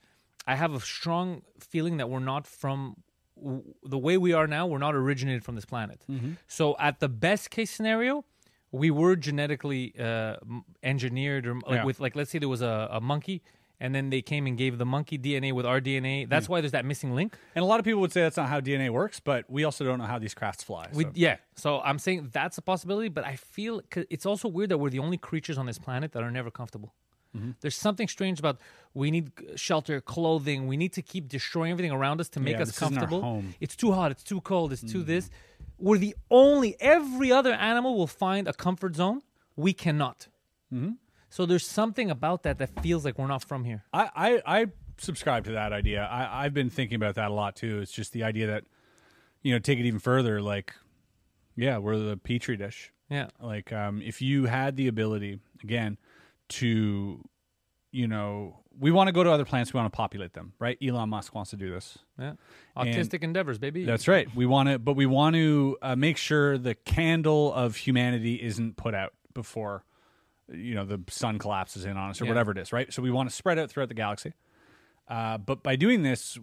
I have a strong feeling that we're not from w- the way we are now. We're not originated from this planet. So, at the best case scenario, we were genetically uh, m- engineered, or like Yeah. with like let's say there was a, a monkey, and then they came and gave the monkey DNA with our DNA. That's why there's that missing link. And a lot of people would say that's not how DNA works, but we also don't know how these crafts fly. We, so- Yeah. So I'm saying that's a possibility, but I feel 'cause it's also weird that we're the only creatures on this planet that are never comfortable. Mm-hmm. There's something strange about we need uh, shelter, clothing. We need to keep destroying everything around us to make Yeah, us this isn't our comfortable. home. Mm-hmm. It's too hot. It's too cold. It's too this. We're the only. Every other animal will find a comfort zone. We cannot. Mm-hmm. So there's something about that that feels like we're not from here. I, I, I subscribe to that idea. I, I've been thinking about that a lot too. It's just the idea that, you know, take it even further. Like, yeah, we're the petri dish. Yeah. Like, um, if you had the ability again to, you know, we want to go to other planets. We want to populate them, right? Elon Musk wants to do this. Yeah. And- Autistic endeavors, baby. That's right. We want to, but we want to uh, make sure the candle of humanity isn't put out before, you know, the sun collapses in on us or Yeah. whatever it is, right? So we want to spread out throughout the galaxy. Uh, but by doing this,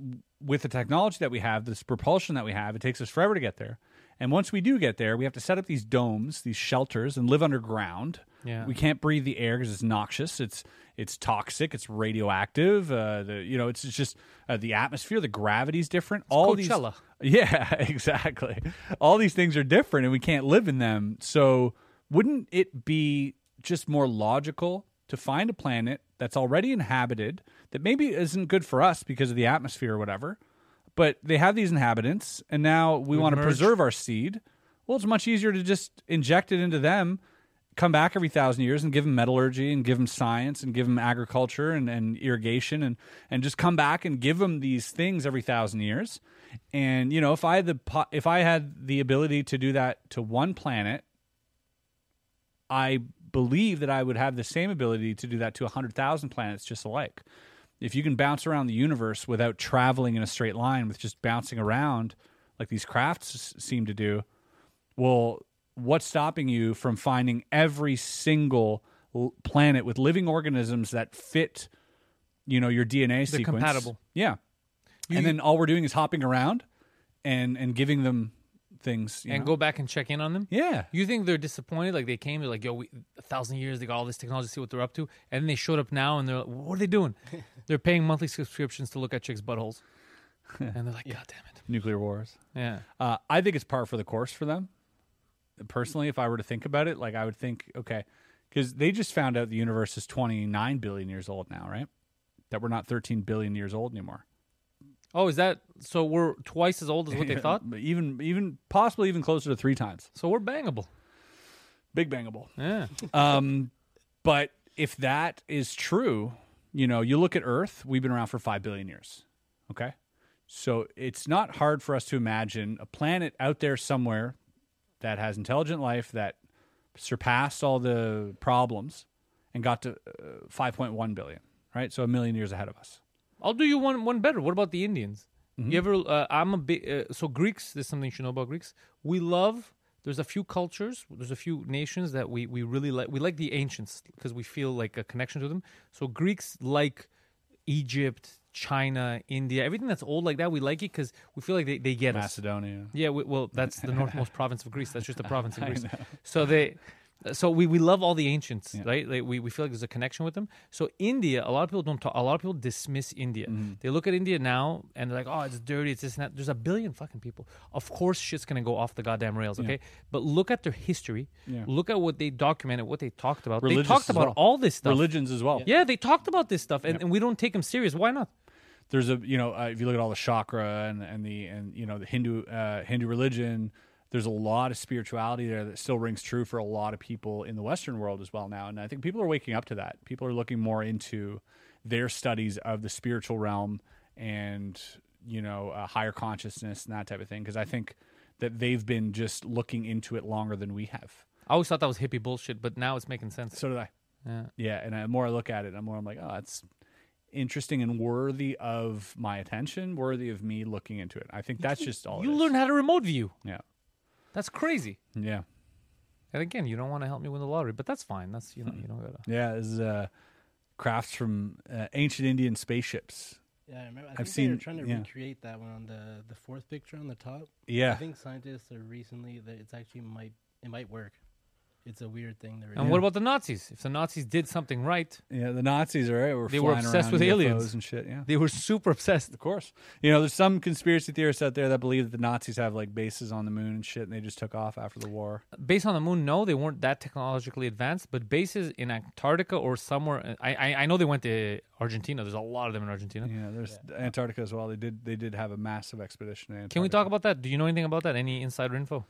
with the technology that we have, this propulsion that we have, it takes us forever to get there. And once we do get there, we have to set up these domes, these shelters, and live underground. Yeah. We can't breathe the air because it's noxious. It's it's toxic. It's radioactive. Uh, the you know it's, it's just uh, the atmosphere. The gravity's different. All Coachella. these. [LAUGHS] Yeah, exactly. All these things are different, and we can't live in them. So wouldn't it be just more logical to find a planet that's already inhabited that maybe isn't good for us because of the atmosphere or whatever? But they have these inhabitants, and now we want to merge. preserve our seed. Well, it's much easier to just inject it into them come back every thousand years and give them metallurgy and give them science and give them agriculture and, and irrigation and, and just come back and give them these things every thousand years. And you know, if I had the po- if I had the ability to do that to one planet, I believe that I would have the same ability to do that to hundred thousand planets just alike. If you can bounce around the universe without traveling in a straight line, with just bouncing around like these crafts s- seem to do, well, what's stopping you from finding every single l- planet with living organisms that fit, you know, your DNA They're sequence? compatible. Yeah. and then all we're doing is hopping around and and giving them things. you and know? go back and check in on them. Yeah. You think they're disappointed? Like they came, they're like, "Yo, we, a thousand years, they got all this technology, see what they're up to," and then they showed up now, and they're like, "What are they doing?" they're paying monthly subscriptions to look at chicks' buttholes, and they're like, "God damn it!" Nuclear wars. Yeah, Uh, I think it's par for the course for them. Personally, if I were to think about it, like I would think, okay, because they just found out the universe is 29 billion years old now, right? That we're not 13 billion years old anymore. Oh, is that so? We're twice as old as [LAUGHS] what they thought, But even, even possibly even closer to three times. so we're bangable. Big bangable. Yeah, Um, but if that is true, you know, you look at Earth, we've been around for 5 billion years. Okay. So it's not hard for us to imagine a planet out there somewhere that has intelligent life that surpassed all the problems and got to uh, 5.1 billion, right? So a million years ahead of us. I'll do you one one better. What about the Indians? You ever? Uh, I'm a big. Uh, so Greeks. There's something you should know about Greeks. We love. There's a few cultures. There's a few nations that we we really like. We like the ancients because we feel like a connection to them. So Greeks like Egypt, China, India, everything that's old like that. We like it because we feel like they, they get us. Macedonia. Yeah, we, well, that's the [LAUGHS] northmost province of Greece. That's just a province in Greece. So they, so we, we love all the ancients, right? Like we, we feel like there's a connection with them. So India, a lot of people don't talk. A lot of people dismiss India. Mm-hmm. They look at India now and they're like, oh, it's dirty, it's this and that. There's a billion fucking people. Of course, shit's gonna go off the goddamn rails, okay? But look at their history. Look at what they documented, what they talked about. they Religious talked as about well. all this stuff. Religions as well. Yeah, they talked about this stuff, and, and we don't take them serious. Why not? there's a you know uh, if you look at all the chakra and and the and you know the Hindu uh, Hindu religion, there's a lot of spirituality there that still rings true for a lot of people in the Western world as well now, and I think people are waking up to that. People are looking more into their studies of the spiritual realm and you know uh, higher consciousness and that type of thing because I think that they've been just looking into it longer than we have. I always thought that was hippie bullshit, but now it's making sense. So did I. Yeah. Yeah. And the more I look at it, the more I'm like, oh, it's interesting and worthy of my attention, worthy of me looking into it. I think that's just all. you it is. learn how to remote view. Yeah. That's crazy. Yeah. And again, you don't want to help me win the lottery, but that's fine. That's you know you don't gotta. Yeah. This is, uh, crafts from uh, ancient Indian spaceships. Yeah, I remember. I I've think they were seen- trying to yeah. recreate that one on the the fourth picture on the top. Yeah. I think scientists are recently that it's actually might it might work. It's a weird thing. They're And what about the Nazis? If the Nazis did something right, Yeah, the Nazis are right. Were They were flying obsessed around with UFOs aliens. and shit. Yeah, they were super obsessed. of course. You know, there's some conspiracy theorists out there that believe that the Nazis have like bases on the moon and shit, and they just took off after the war. Base on the moon, no, they weren't that technologically advanced. But bases in Antarctica or somewhere, I I, I know they went to Argentina. There's a lot of them in Argentina. Yeah, there's Antarctica as well. They did they did have a massive expedition. To Antarctica. Can we talk about that? Do you know anything about that? Any insider info?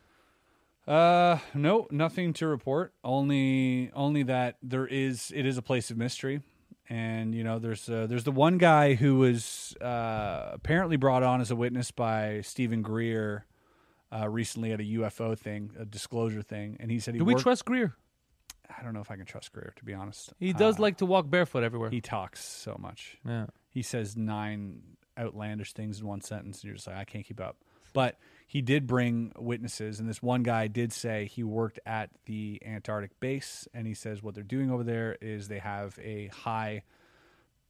Uh, no, nothing to report. Only, only that there is. It is a place of mystery, and you know, there's uh, there's the one guy who was uh, apparently brought on as a witness by Stephen Greer uh, recently at a UFO thing, a disclosure thing, and he said he. Do we worked- trust Greer? I don't know if I can trust Greer to be honest. He does Uh, like to walk barefoot everywhere. He talks so much. yeah. He says nine outlandish things in one sentence, and you're just like, I can't keep up. But he did bring witnesses, and this one guy did say he worked at the Antarctic base, and he says what they're doing over there is they have a high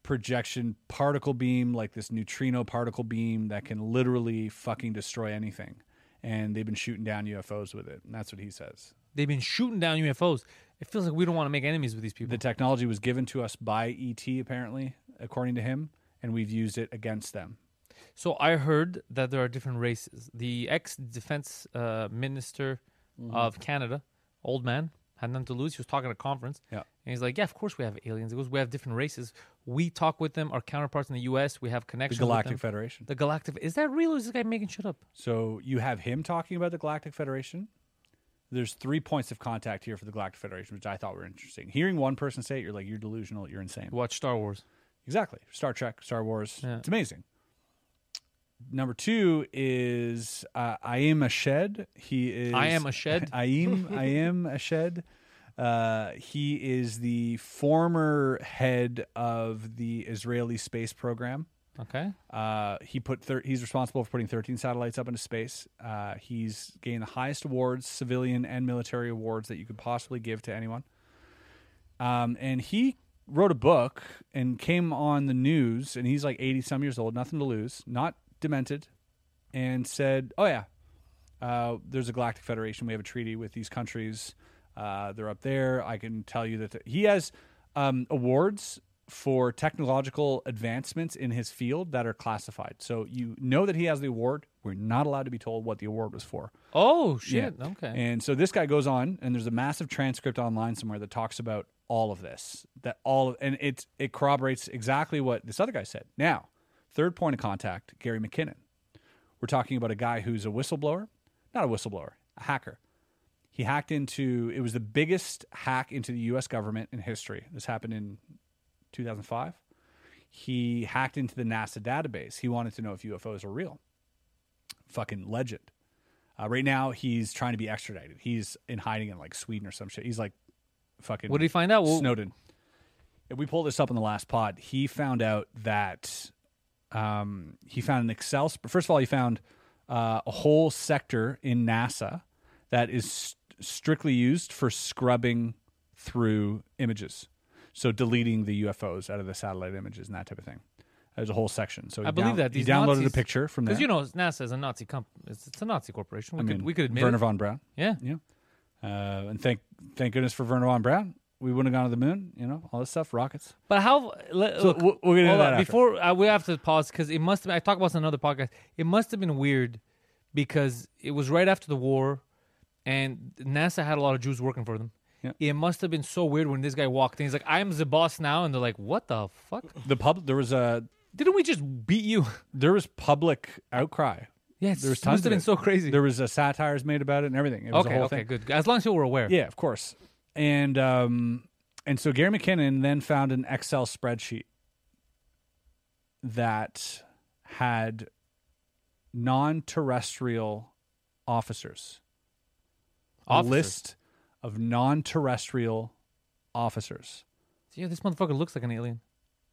projection particle beam, like this neutrino particle beam that can literally fucking destroy anything. And they've been shooting down UFOs with it. And that's what he says. They've been shooting down UFOs. It feels like we don't want to make enemies with these people. The technology was given to us by ET, apparently, according to him, and we've used it against them. So I heard that there are different races. The ex defense uh, minister Mm-hmm. of Canada, old man, had nothing to lose. He was talking at a conference. Yeah. And he's like, Yeah, of course we have aliens. He goes, We have different races. We talk with them, our counterparts in the US, we have The connections. with Galactic them." Federation. The Galactic is that real or is this guy making shit up? So you have him talking about the Galactic Federation. There's three points of contact here for the Galactic Federation, which I thought were interesting. Hearing one person say it, you're like, you're delusional, you're insane. Watch Star Wars. Exactly. Star Trek, Star Wars. Yeah. It's amazing. Number two is uh, I am a shed. He is I am a [LAUGHS] shed? I am I am a shed. Uh, he is the former head of the Israeli space program. Okay. Uh, he put thir- he's responsible for putting 13 satellites up into space. Uh, he's gained the highest awards, civilian and military awards that you could possibly give to anyone. Um, and he wrote a book and came on the news, and he's like 80 some years old, nothing to lose, not demented, and said, "Oh yeah, uh, there's a Galactic Federation. We have a treaty with these countries. Uh, they're up there. I can tell you that th- he has um, awards for technological advancements in his field that are classified. So you know that he has the award. We're not allowed to be told what the award was for. Oh shit. Yeah. Okay. And so this guy goes on, and there's a massive transcript online somewhere that talks about all of this. That all of, and it it corroborates exactly what this other guy said. Now, third point of contact, Gary McKinnon. We're talking about a guy who's a whistleblower, not a whistleblower, a hacker. He hacked into it was the biggest hack into the U.S. government in history. This happened in 2005. He hacked into the NASA database. He wanted to know if UFOs were real. Fucking legend. Uh, right now, he's trying to be extradited. He's in hiding in like Sweden or some shit. He's like fucking. What did he find out? Well- Snowden. If we pulled this up in the last pod, he found out that um, he found an Excel. sp- First of all, he found uh, a whole sector in NASA that is st- strictly used for scrubbing through images, so deleting the UFOs out of the satellite images and that type of thing. There's a whole section. So he I believe down- that these he downloaded Nazis, a picture from there. because you know NASA is a Nazi comp. It's, it's a Nazi corporation. We I could mean, we could admit Werner it. von Braun. yeah. Yeah. Uh, and thank thank goodness for Werner von Braun. We wouldn't have gone to the moon, you know, all this stuff, rockets. But how? Let, So look, we'll- we'll get into hold that on. after. before uh, we have to pause because it must. have I talked about this on another podcast. It must have been weird because it was right after the war, and NASA had a lot of Jews working for them. Yeah. It must have been so weird when this guy walked in. He's like, "I'm the boss now," and they're like, "What the fuck? The pub there was a Didn't we just beat you?" [LAUGHS] there was public outcry. Yes, there was it must tons have of been it. so crazy. There was a satires made about it and everything. It was okay, a whole okay, thing. good. As long as people were aware. Yeah, of course. And um, and so Gary McKinnon then found an Excel spreadsheet that had non-terrestrial officers. Officers. A list of non-terrestrial officers. Yeah, this motherfucker looks like an alien.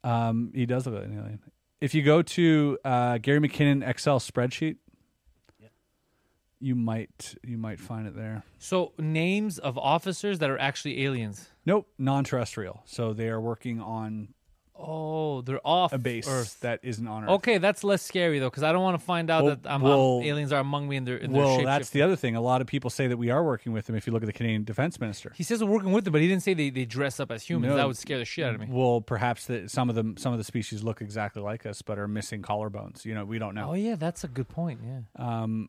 Um, he does look like an alien. If you go to uh, Gary McKinnon Excel spreadsheet, you might you might find it there. So names of officers that are actually aliens. Nope, non-terrestrial. So they are working on Oh, they're off a base Earth. that isn't on Earth. Okay, that's less scary though, because I don't want to find out Well- that I'm, well- I'm- aliens are among me and they're, and they're Well, that's shapeshifters. the other thing. A lot of people say that we are working with them. If you look at the Canadian Defense Minister, He says we're working with them, but he didn't say they, they dress up as humans. No. That would scare the shit out of me. well, perhaps that some of them, some of the species look exactly like us, but are missing collarbones. You know, we don't Oh know. yeah, that's a good point. Yeah, Um,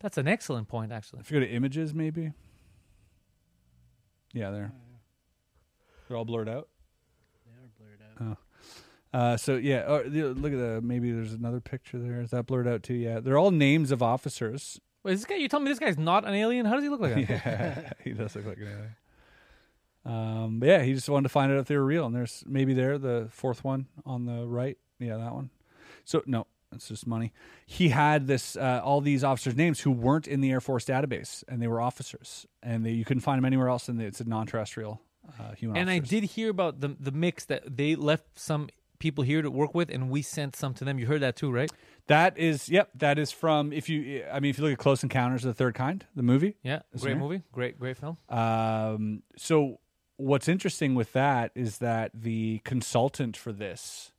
that's an excellent point actually. if you go to images, maybe. Yeah, they're they're all blurred out. Uh, so yeah, oh, the- look at the maybe there's another picture there. Is that blurred out too? Yeah, they're all names of officers. Wait, this guy, you tell me this guy's not an alien? How does he look like that? Yeah, [LAUGHS] he does look like an alien. Um, but yeah, he just wanted to find out if they were real. And there's maybe there the fourth one on the right. Yeah, that one. So no, it's just money. He had this uh, all these officers' names who weren't in the Air Force database, and they were officers, and they, you couldn't find them anywhere else. And it's a non-terrestrial uh, human. And I officers. did hear about the the mix that they left some people here to work with, and we sent some to them. You heard that too, right? That is yep. That is from if you. I mean, if you look at Close Encounters of the Third Kind, the movie. Yeah, Is great there? movie, great great film. Um, so what's interesting with that is that the consultant for this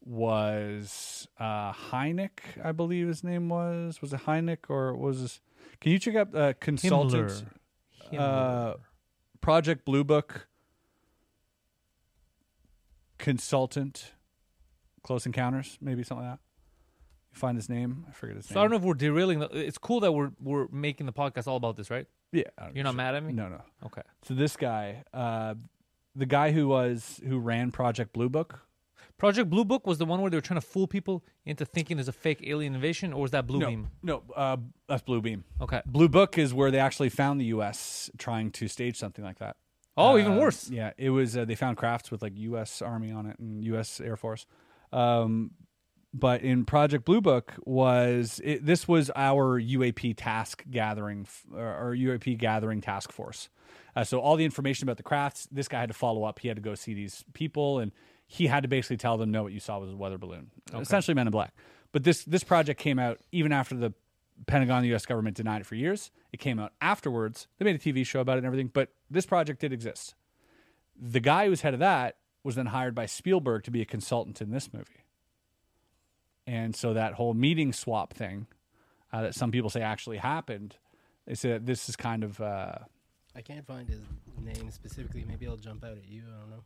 was uh, Hynek, I believe his name was. Was it Hynek or was this? Can you check up uh, consultant Himmler. uh, Project Blue Book consultant Close Encounters, maybe something like that. You find his name. I forget his so I name. don't know if we're derailing. The, it's cool that we're we're making the podcast all about this, right? Yeah, I don't You're not know. mad at me? No, no. Okay. So this guy, uh, the guy who was who ran Project Blue Book. Project Blue Book was the one where they were trying to fool people into thinking there's a fake alien invasion, or was that Blue no, Beam? no, uh, that's Blue Beam. Okay. Blue Book is where they actually found the U.S. trying to stage something like that. Oh, even Um, worse. Yeah, it was. Uh, they found crafts with like U.S. Army on it and U.S. Air Force. Um, but in Project Blue Book was it, this was our UAP task gathering f- or or UAP gathering task force. Uh, so all the information about the crafts, this guy had to follow up. He had to go see these people, and he had to basically tell them, "No, what you saw was a weather balloon." Essentially, Men in Black. But this this project came out even after the Pentagon, the U.S. government denied it for years. It came out afterwards. They made a TV show about it and everything. But this project did exist. The guy who was head of that was then hired by Spielberg to be a consultant in this movie. And so that whole meeting swap thing uh, that some people say actually happened, they say that this is kind of uh, I can't find his name specifically. Maybe it'll jump out at you. I don't know.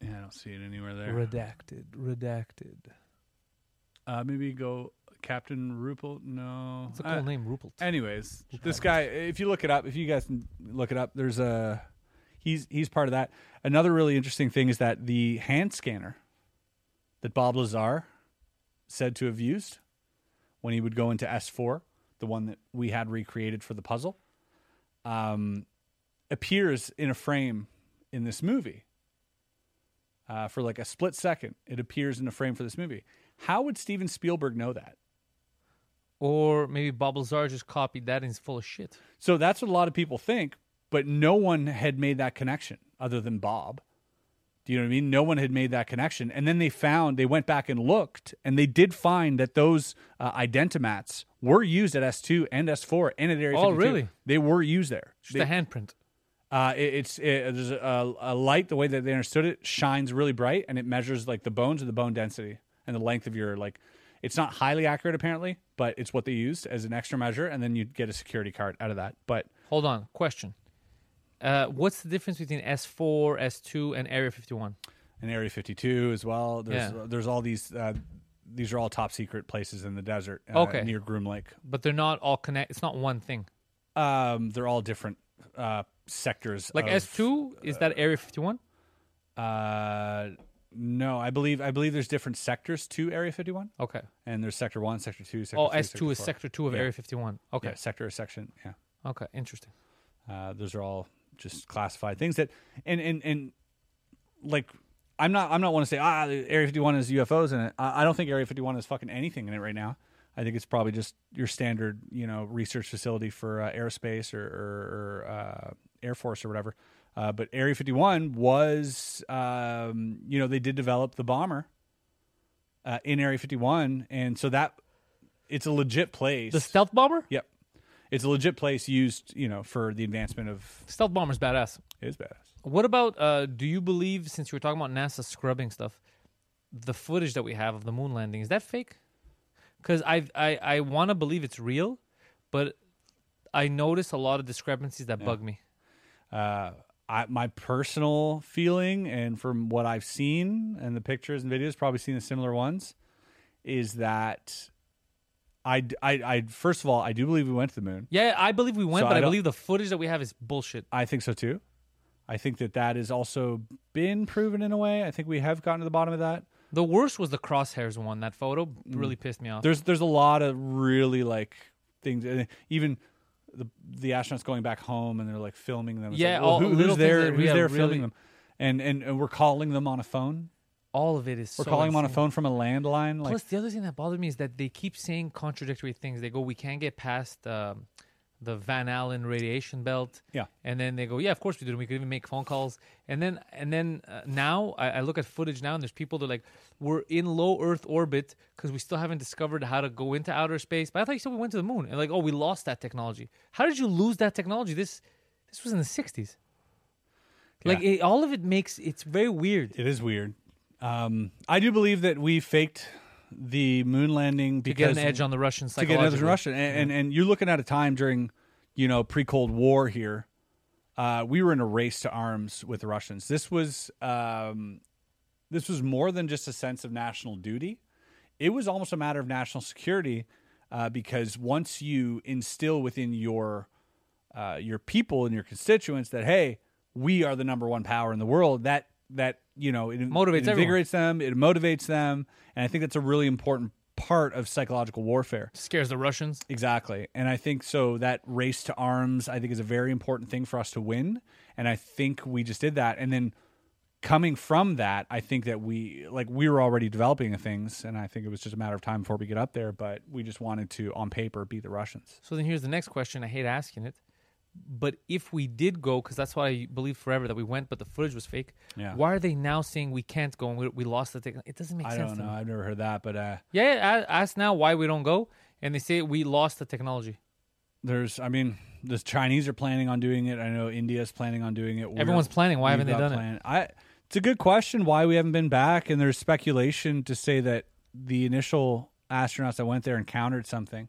yeah, I don't see it anywhere there. Redacted. Redacted. Uh, maybe go Captain Rupel. No, It's a cool Uh, name, Rupert. Anyways, this guy, if you look it up, if you guys can look it up, there's a he's he's part of that. Another really interesting thing is that the hand scanner that Bob Lazar said to have used when he would go into S4, the one that we had recreated for the puzzle, um, appears in a frame in this movie. Uh, for like a split second, it appears in a frame for this movie. How would Steven Spielberg know that? Or maybe Bob Lazar just copied that and is full of shit. So that's what a lot of people think, but no one had made that connection other than Bob. Do you know what I mean? No one had made that connection. And then they found, they went back and looked, and they did find that those uh, identimats were used at S2 and S4 and at Area Oh, 52. really? They were used there. Just They- a handprint. uh, it, it's it, there's a, a light. The way that they understood it shines really bright, and it measures like the bones and the bone density and the length of your like. It's not highly accurate apparently, but it's what they used as an extra measure, and then you get a security card out of that. But Hold on. Question. Uh, what's the difference between S4, S2, and Area 51? and Area 52 as well. There's Yeah. there's all these uh, these are all top secret places in the desert uh, Okay. near Groom Lake. But they're not all connect. It's not one thing. Um, they're all different uh, sectors. Like of- S2 is that Area 51? Uh, no, I believe I believe there's different sectors to Area 51, Okay. and there's Sector One, Sector Two, Sector Oh, three, S2 is four. Sector 2 of Yeah. Area 51. Okay. Yeah, sector or section. Yeah. Okay. Interesting. Uh, those are all just classified things that, and, and, and like, I'm not, I'm not want to say, ah, Area 51 is UFOs in it. I, I don't think Area 51 is fucking anything in it right now. I think it's probably just your standard, you know, research facility for uh, aerospace or, or, or uh, Air Force or whatever. Uh, but Area 51 was, um, you know, they did develop the bomber uh, in Area 51, and so that it's a legit place. The stealth bomber? Yep. It's a legit place used, you know, for the advancement of Stealth bomber's badass. it is badass. What about uh, do you believe since you were talking about NASA scrubbing stuff, the footage that we have of the moon landing is that fake? Because I I, I want to believe it's real, but I notice a lot of discrepancies that bug me. Uh, I, my personal feeling, and from what I've seen and the pictures and videos, probably seen the similar ones, is that I, d- I, I- first of all, I do believe we went to the moon. Yeah, I believe we went, So but I I, don't- believe the footage that we have is bullshit. I think so too. I think that that has also been proven in a way. I think we have gotten to the bottom of that. The worst was the crosshairs one. That photo Mm. really pissed me off. There's there's a lot of really like things, and even the the astronauts going back home and they're like filming them. It's Yeah, like, well, all- who- little who's things there? that- Who's yeah, there filming really- them? And, and and we're calling them on a phone. All of it is. We're so calling them on a insane. phone from a landline. Like Plus, the other thing that bothered me is that they keep saying contradictory things. They go, "We can't get past um, the Van Allen radiation belt." Yeah. and then they go, "Yeah, of course we did. We could even make phone calls." And then, and then uh, now I, I look at footage now, and there's people that are like, "We're in low Earth orbit because we still haven't discovered how to go into outer space." But I thought you said we went to the moon, and like, oh, we lost that technology. How did you lose that technology? This, this was in the '60s. Like Yeah. it, all of it makes it's very weird. It is weird. Um, I do believe that we faked the moon landing To get because an edge on the Russians to get an edge on psychologically. Russia, and, and and you're looking at a time during, you know, pre Cold War here. Uh, we were in a race to arms with the Russians. This was um, this was more than just a sense of national duty. It was almost a matter of national security uh, because once you instill within your uh, your people and your constituents that hey, we are the number one power in the world. That that you know it Motivates it everyone. invigorates them, it motivates them, and I think that's a really important part of psychological warfare. Scares the Russians. Exactly. And I think so that race to arms I think is a very important thing for us to win and I think we just did that and then coming from that I think that we like we were already developing things and I think it was just a matter of time before we get up there but we just wanted to on paper beat the Russians. So then here's the next question. I hate asking it, but if we did go, because that's why I believe forever that we went, but the footage was fake. Yeah. Why are they now saying we can't go and we, we lost the thing? It doesn't make I sense. don't to know. Me. I've never heard that but uh Yeah, yeah, a- ask now why we don't go, and they say we lost the technology. there's I mean the Chinese are planning on doing it. I know India's planning on doing it. We're- Everyone's planning. Why we've haven't they got done it? I it's a good question why we haven't been back and there's speculation to say that the initial astronauts that went there encountered something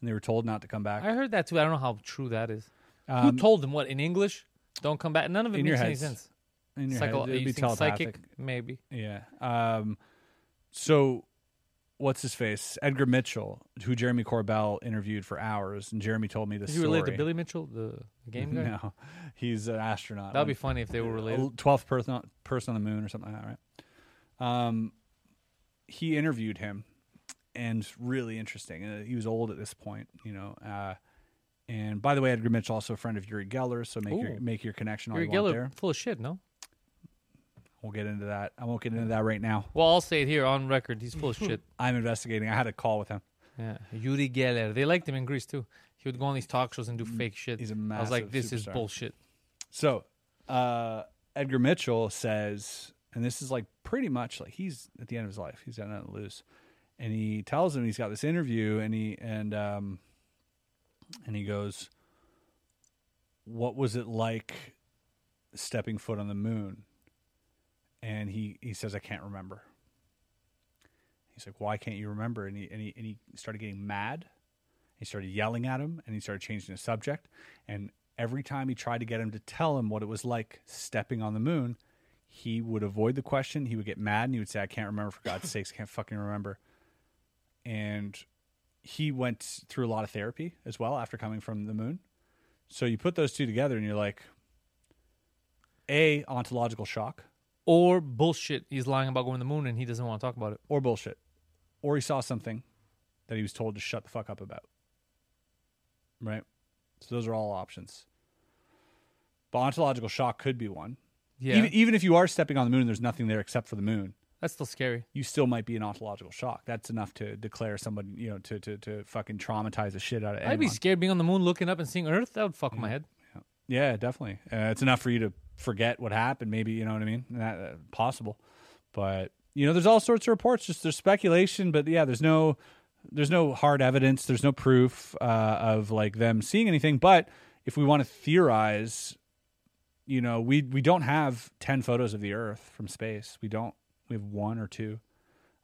and they were told not to come back. I heard that too. I don't know how true that is. Who told them what in English? Don't come back. None of it Um, In makes your any heads. sense. In your head, Psycho- it'd you be think psychic, telepathic. maybe. Yeah. Um so what's his face? Edgar Mitchell, who Jeremy Corbell interviewed for hours and Jeremy told me this Is he related to story. Billy Mitchell, the, the game guy? [LAUGHS] No. He's an astronaut. That would be funny if they were related. twelfth person on, person on the moon or something like that, right? Um, he interviewed him, and really interesting. Uh, he was old at this point, you know. Uh, and by the way, Edgar Mitchell also a friend of Yuri Geller, so make Ooh. your make your connection all You're you want there. Geller, full of shit, no? We'll get into that. I won't get into that right now. Well, I'll say it here on record. He's [LAUGHS] full of shit. I'm investigating. I had a call with him. Yeah, Yuri Geller. They liked him in Greece too. He would go on these talk shows and do fake shit. Mm. he's a I was like, massive this is superstar. bullshit. So uh, Edgar Mitchell says, and this is like pretty much like he's at the end of his life. He's got nothing to lose, and he tells him he's got this interview, and he and um, and he goes, "What was it like stepping foot on the moon?" And he he says, "I can't remember." He's like, "Why can't you remember?" And he and he, and he started getting mad. He started yelling at him and he started changing the subject. And every time he tried to get him to tell him what it was like stepping on the moon, he would avoid the question. He would get mad and he would say, I can't remember, for God's sakes, can't fucking remember. And he went through a lot of therapy as well after coming from the moon. So you put those two together and you're like, A, ontological shock Or bullshit. He's lying about going to the moon and he doesn't want to talk about it. or bullshit, or he saw something that he was told to shut the fuck up about. Right? So those are all options. But ontological shock could be one. Yeah, Even, e even if you are stepping on the moon and there's nothing there except for the moon, that's still scary. you still might be in ontological shock. That's enough to declare somebody, you know, to, to, to fucking traumatize the shit out of anyone. I'd be scared being on the moon, looking up and seeing Earth. That would fuck Mm. my head. Yeah, definitely. Uh, it's enough for you to forget what happened. Maybe you know what I mean. Not, uh, possible, but you know, there's all sorts of reports. Just there's speculation, but yeah, there's no there's no hard evidence, there's no proof uh, of like them seeing anything. But if we want to theorize, you know, we we don't have ten photos of the Earth from space. We don't. We have one or two.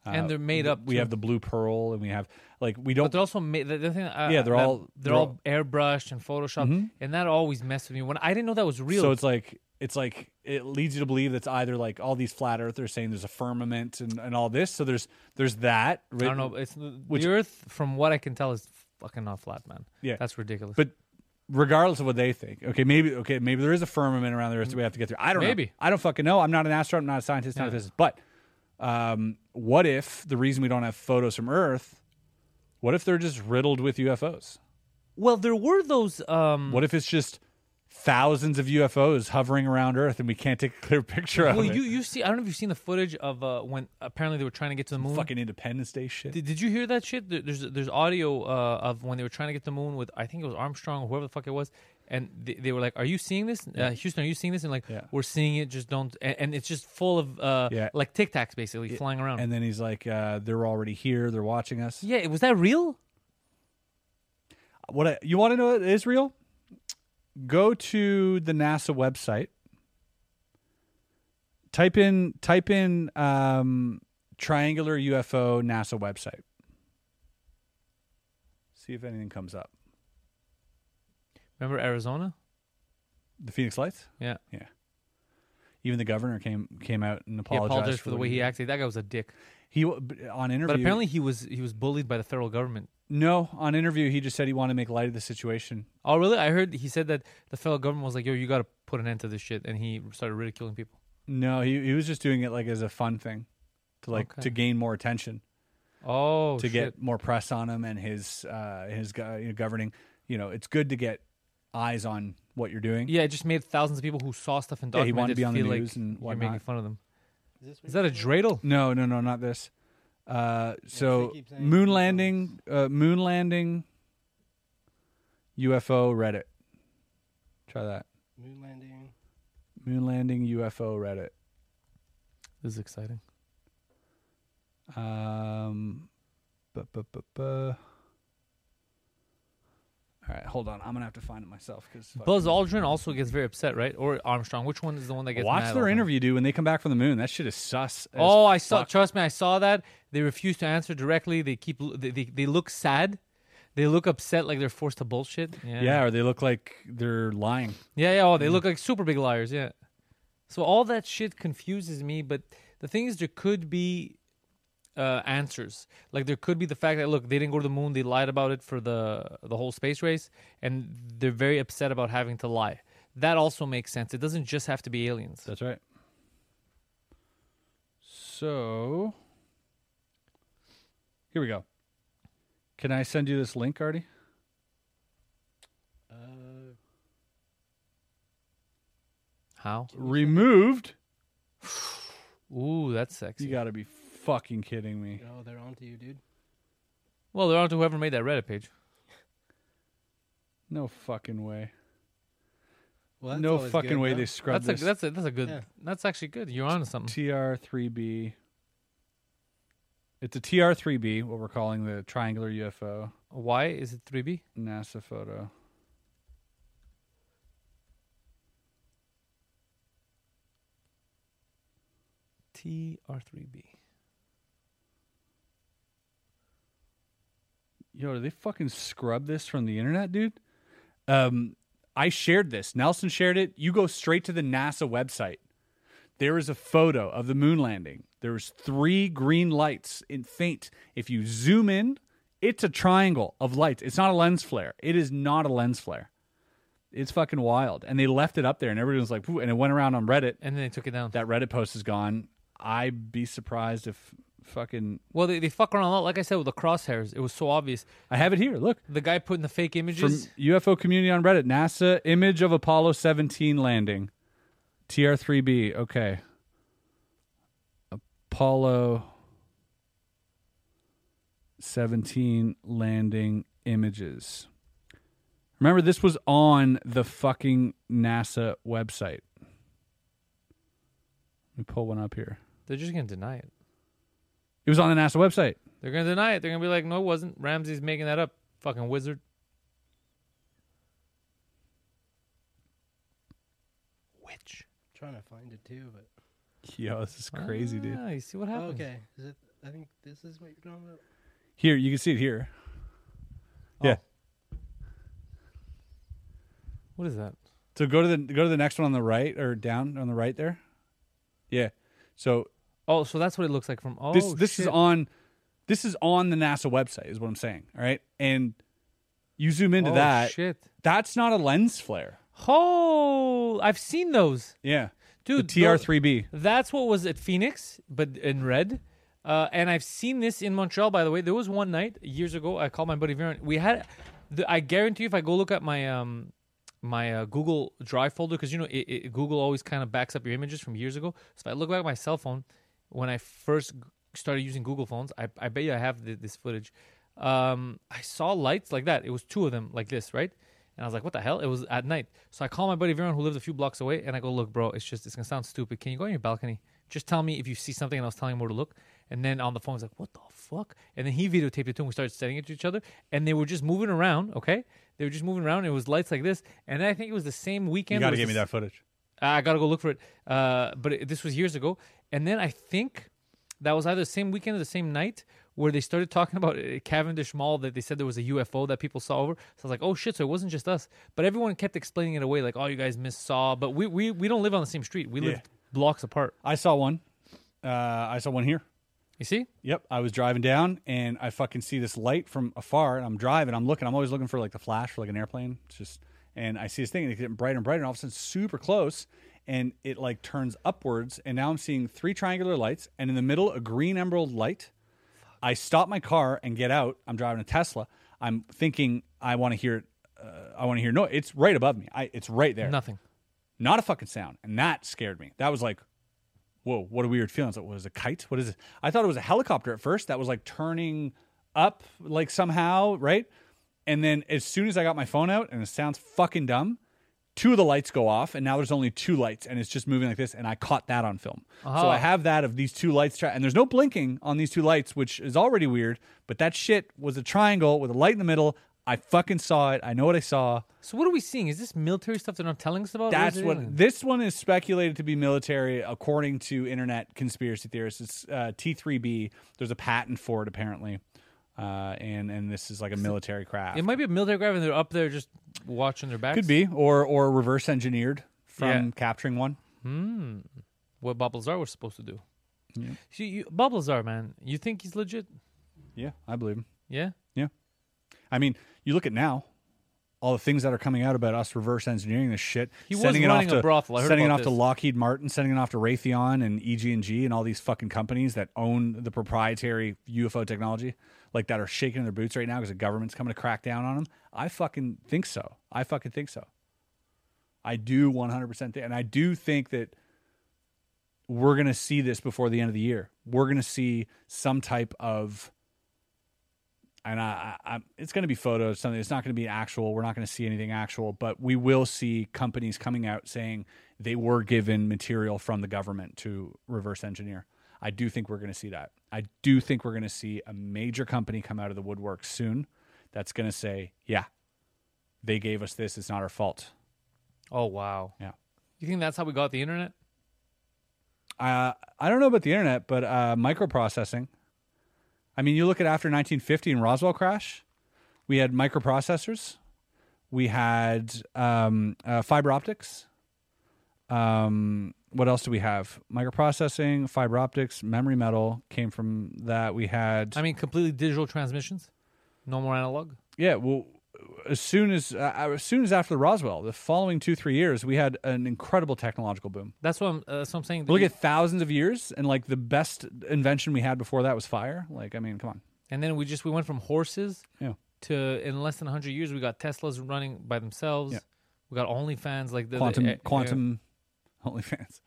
and they're made up. Uh, We too. have the blue pearl, and we have like we But don't. they're also made. The, the thing, uh, Yeah, they're that- all- they're, they're all airbrushed and photoshopped, and that always messed with me. When I didn't know that was real. So it's like it's like it leads you to believe that's either like all these flat earthers saying there's a firmament and, and all this. So there's there's that. I don't know. It's uh, which- the Earth, from what I can tell, is fucking not flat, man. Yeah. that's ridiculous. But regardless of what they think, okay, maybe okay, maybe there is a firmament around the Earth that we have to get through. I don't know. Maybe. I don't fucking know. I'm not an astronaut. I'm not a scientist. Not a physicist. But um, what if the reason we don't have photos from Earth? What if they're just riddled with UFOs? well, there were those. Um, What if it's just thousands of UFOs hovering around Earth and we can't take a clear [LAUGHS] picture of well, it? you you see, I don't know if you've seen the footage of uh, when apparently they were trying to get to the moon. fucking Independence Day shit. Did, did you hear that shit? There- There's there's audio uh, of when they were trying to get to the moon with I think it was Armstrong or whoever the fuck it was, and they, they were like, "Are you seeing this, uh, Houston? Are you seeing this?" And like, Yeah. "We're seeing it. Just don't." And, and it's just full of uh, Yeah. like Tic Tacs basically flying around. and then he's like, uh, "They're already here. They're watching us." yeah, was that real? What I, you want to know? It is real. Go to the NASA website. Type in type in um, triangular UFO NASA website. See if anything comes up. Remember Arizona? The Phoenix Lights. Yeah. Yeah. Even the governor came came out and He apologized, apologized for the way he acted. That guy was a dick. He w- on interview. But apparently he was he was bullied by the federal government. no. On interview, he just said he wanted to make light of the situation. Oh really? I heard he said that the federal government was like, "Yo, you got to put an end to this shit," and he started ridiculing people. No, he he was just doing it like as a fun thing, to like Okay. to gain more attention. Oh, to shit. get more press on him and his uh, his go- you know, governing. You know, it's good to get eyes on what you're doing. Yeah, it just made thousands of people who saw stuff and Yeah, he documented wanted to be on the feel like news and you're making whatnot. fun of them. Is this Is that a dreidel? No, no, no, not this. Uh, so keep saying moon UFOs. landing, uh, moon landing, UFO Reddit. Try that. moon landing? Moon landing UFO Reddit. This is exciting. Um, bu- bu- bu- bu. All right, hold on. I'm gonna have to find it myself because Buzz Aldrin also gets very upset, right? Or Armstrong. Which one is the one that gets mad watch their all the time? interview dude when they come back from the moon. That shit is sus. as Oh, I saw. fuck. Trust me, I saw that. They refuse to answer directly. They keep. They, they, they look sad. They look upset, like they're forced to bullshit. Yeah. Yeah, or they look like they're lying. Yeah, yeah. Oh, they look like super big liars. Yeah. So all that shit confuses me. But the thing is, there could be uh, answers. Like there could be the fact that look, they didn't go to the moon. They lied about it for the the whole space race, and they're very upset about having to lie. That also makes sense. It doesn't just have to be aliens. That's right. So here we go. Can I send you this link, Artie? Uh, How? Removed? Ooh, that's sexy. You gotta be fucking kidding me. oh, they're onto you, dude. well, they're on to whoever made that Reddit page. No fucking way. Well, that's no always fucking good, way no? they scrubbed That's a, this. that's a that's a good. Yeah. That's actually good. You're on to Mm-hmm. something. TR3B. It's a TR3B, what we're calling the triangular UFO Why is it 3B? NASA photo. TR3B. Yo, did they fucking scrub this from the internet, dude? Um, I shared this. Nelson shared it. You go straight to the NASA website. There is a photo of the moon landing. There's three green lights in faint. If you zoom in, it's a triangle of lights. It's not a lens flare. It is not a lens flare. It's fucking wild. And they left it up there, and everyone was like, "Ooh," and it went around on Reddit. And then they took it down. That Reddit post is gone. I'd be surprised if fucking. Well, they, they fuck around a lot. Like I said, with the crosshairs, it was so obvious. I have it here. Look. The guy putting the fake from images. UFO community on Reddit. NASA image of Apollo 17 landing. TR3B. Okay. Apollo 17 landing images. Remember, this was on the fucking NASA website. Let me pull one up here. They're just gonna deny it. It was on the national website. They're gonna deny it. They're gonna be like, no, it wasn't. Ramsey's making that up. Fucking wizard. Witch. trying to find it too, but Yo, this is crazy, dude. Ah, you see what happens? okay. Is it? I think this is what you're talking about. Here, you can see it here. Yeah. What is that? So go to the go to the next one on the right or down on the right there. Yeah. So Oh, so that's what it looks like from. Oh, this this is shit. on this is on the NASA website is what I'm saying, all right? And you zoom into Oh, that. shit. That's not a lens flare. Oh, I've seen those, Yeah. dude. the TR3B. tho- That's what was at Phoenix, but in red. Uh, and I've seen this in Montreal, by the way. There was one night years ago. I called my buddy Viren. We had, the, I guarantee you, if I go look at my um, my uh, Google Drive folder, because you know it, it, Google always kind of backs up your images from years ago. So if I look back at my cell phone, when I first g- started using Google phones, I, I bet you I have th- this footage. Um, I saw lights like that. It was two of them like this, right? And I was like, what the hell? It was at night. So I called my buddy Viren, who lived a few blocks away, and I go, look, bro, it's just, it's going to sound stupid. Can you go on your balcony? Just tell me if you see something. And I was telling him where to look. And then on the phone, he's like, what the fuck? And then he videotaped it too, and we started sending it to each other. And they were just moving around, okay? They were just moving around. It was lights like this. And I think it was the same You weekend. it got to was give me the that footage. Ah, I gotta go look for it. Uh, but it, this was years ago, and then I think that was either the same weekend or the same night where they started talking about uh, Cavendish Mall that they said there was a UFO that people saw over. So I was like, oh shit! So it wasn't just us, but everyone kept explaining it away, like, oh, you guys missed saw, but we we, we don't live on the same street. We live blocks apart. I saw one. Uh, I saw one here. You see? Yep, I was driving down and I fucking see this light from afar, and I'm driving. I'm looking. I'm always looking for like the flash for like an airplane. It's just, and I see this thing, and it's getting brighter and brighter, and all of a sudden, it's super close, and it like turns upwards, and now I'm seeing three triangular lights, and in the middle, a green emerald light. I stop my car and get out. I'm driving a Tesla. I'm thinking I want to hear, uh, I want to hear noise. It's right above me. I, it's right there Nothing. not a fucking sound. And that scared me. That was like, whoa, what a weird feeling. It's like, what is a kite? What is it? I thought it was a helicopter at first that was like turning up like somehow, right? And then as soon as I got my phone out, and it sounds fucking dumb, two of the lights go off, and now there's only two lights, and it's just moving like this. And I caught that on film. So I have that of these two lights, tri- and there's no blinking on these two lights, which is already weird, but that shit was a triangle with a light in the middle. I fucking saw it. I know what I saw. So what are we seeing? Is this military stuff they're not telling us about? or That's Oh, is it what alien? this one is speculated to be military, according to internet conspiracy theorists. It's uh, T3B. There's a patent for it apparently, uh, and and this is like a military craft. It might be a military grab, and they're up there just watching their backs. could be or or reverse engineered from Yeah. capturing one. what Bob Lazar was supposed to do. See, you, Bob Lazar, man, you think he's legit? Yeah, I believe him. Yeah. I mean, you look at now. All the things that are coming out about us reverse engineering this shit, He was sending it off running a to brothel. I heard sending it about off to this. Lockheed Martin, sending it off to Raytheon and EG&G and all these fucking companies that own the proprietary UFO technology, like that are shaking their boots right now because the government's coming to crack down on them. I fucking think so. I fucking think so. I do 100% think, and I do think that we're going to see this before the end of the year. We're going to see some type of and I, I, I it's going to be photos something it's not going to be actual we're not going to see anything actual but we will see companies coming out saying they were given material from the government to reverse engineer i do think we're going to see that i do think we're going to see a major company come out of the woodwork soon that's going to say yeah they gave us this it's not our fault Oh wow. Yeah. You think that's how we got the internet? uh, i don't know about the internet but uh, microprocessing i mean you look at after 1950 and roswell crash we had microprocessors we had um, uh, fiber optics um, what else do we have microprocessing fiber optics memory metal came from that we had I mean, completely digital transmissions, no more analog. yeah well as soon as uh, as soon as after roswell the following two three years we had an incredible technological boom That's what I'm. Uh, that's what I'm saying. look at thousands of years and like the best invention we had before that was fire like i mean come on and then we just we went from horses yeah to in less than 100 years we got Teslas running by themselves. Yeah. We got OnlyFans like the the- quantum eh, eh, quantum only fans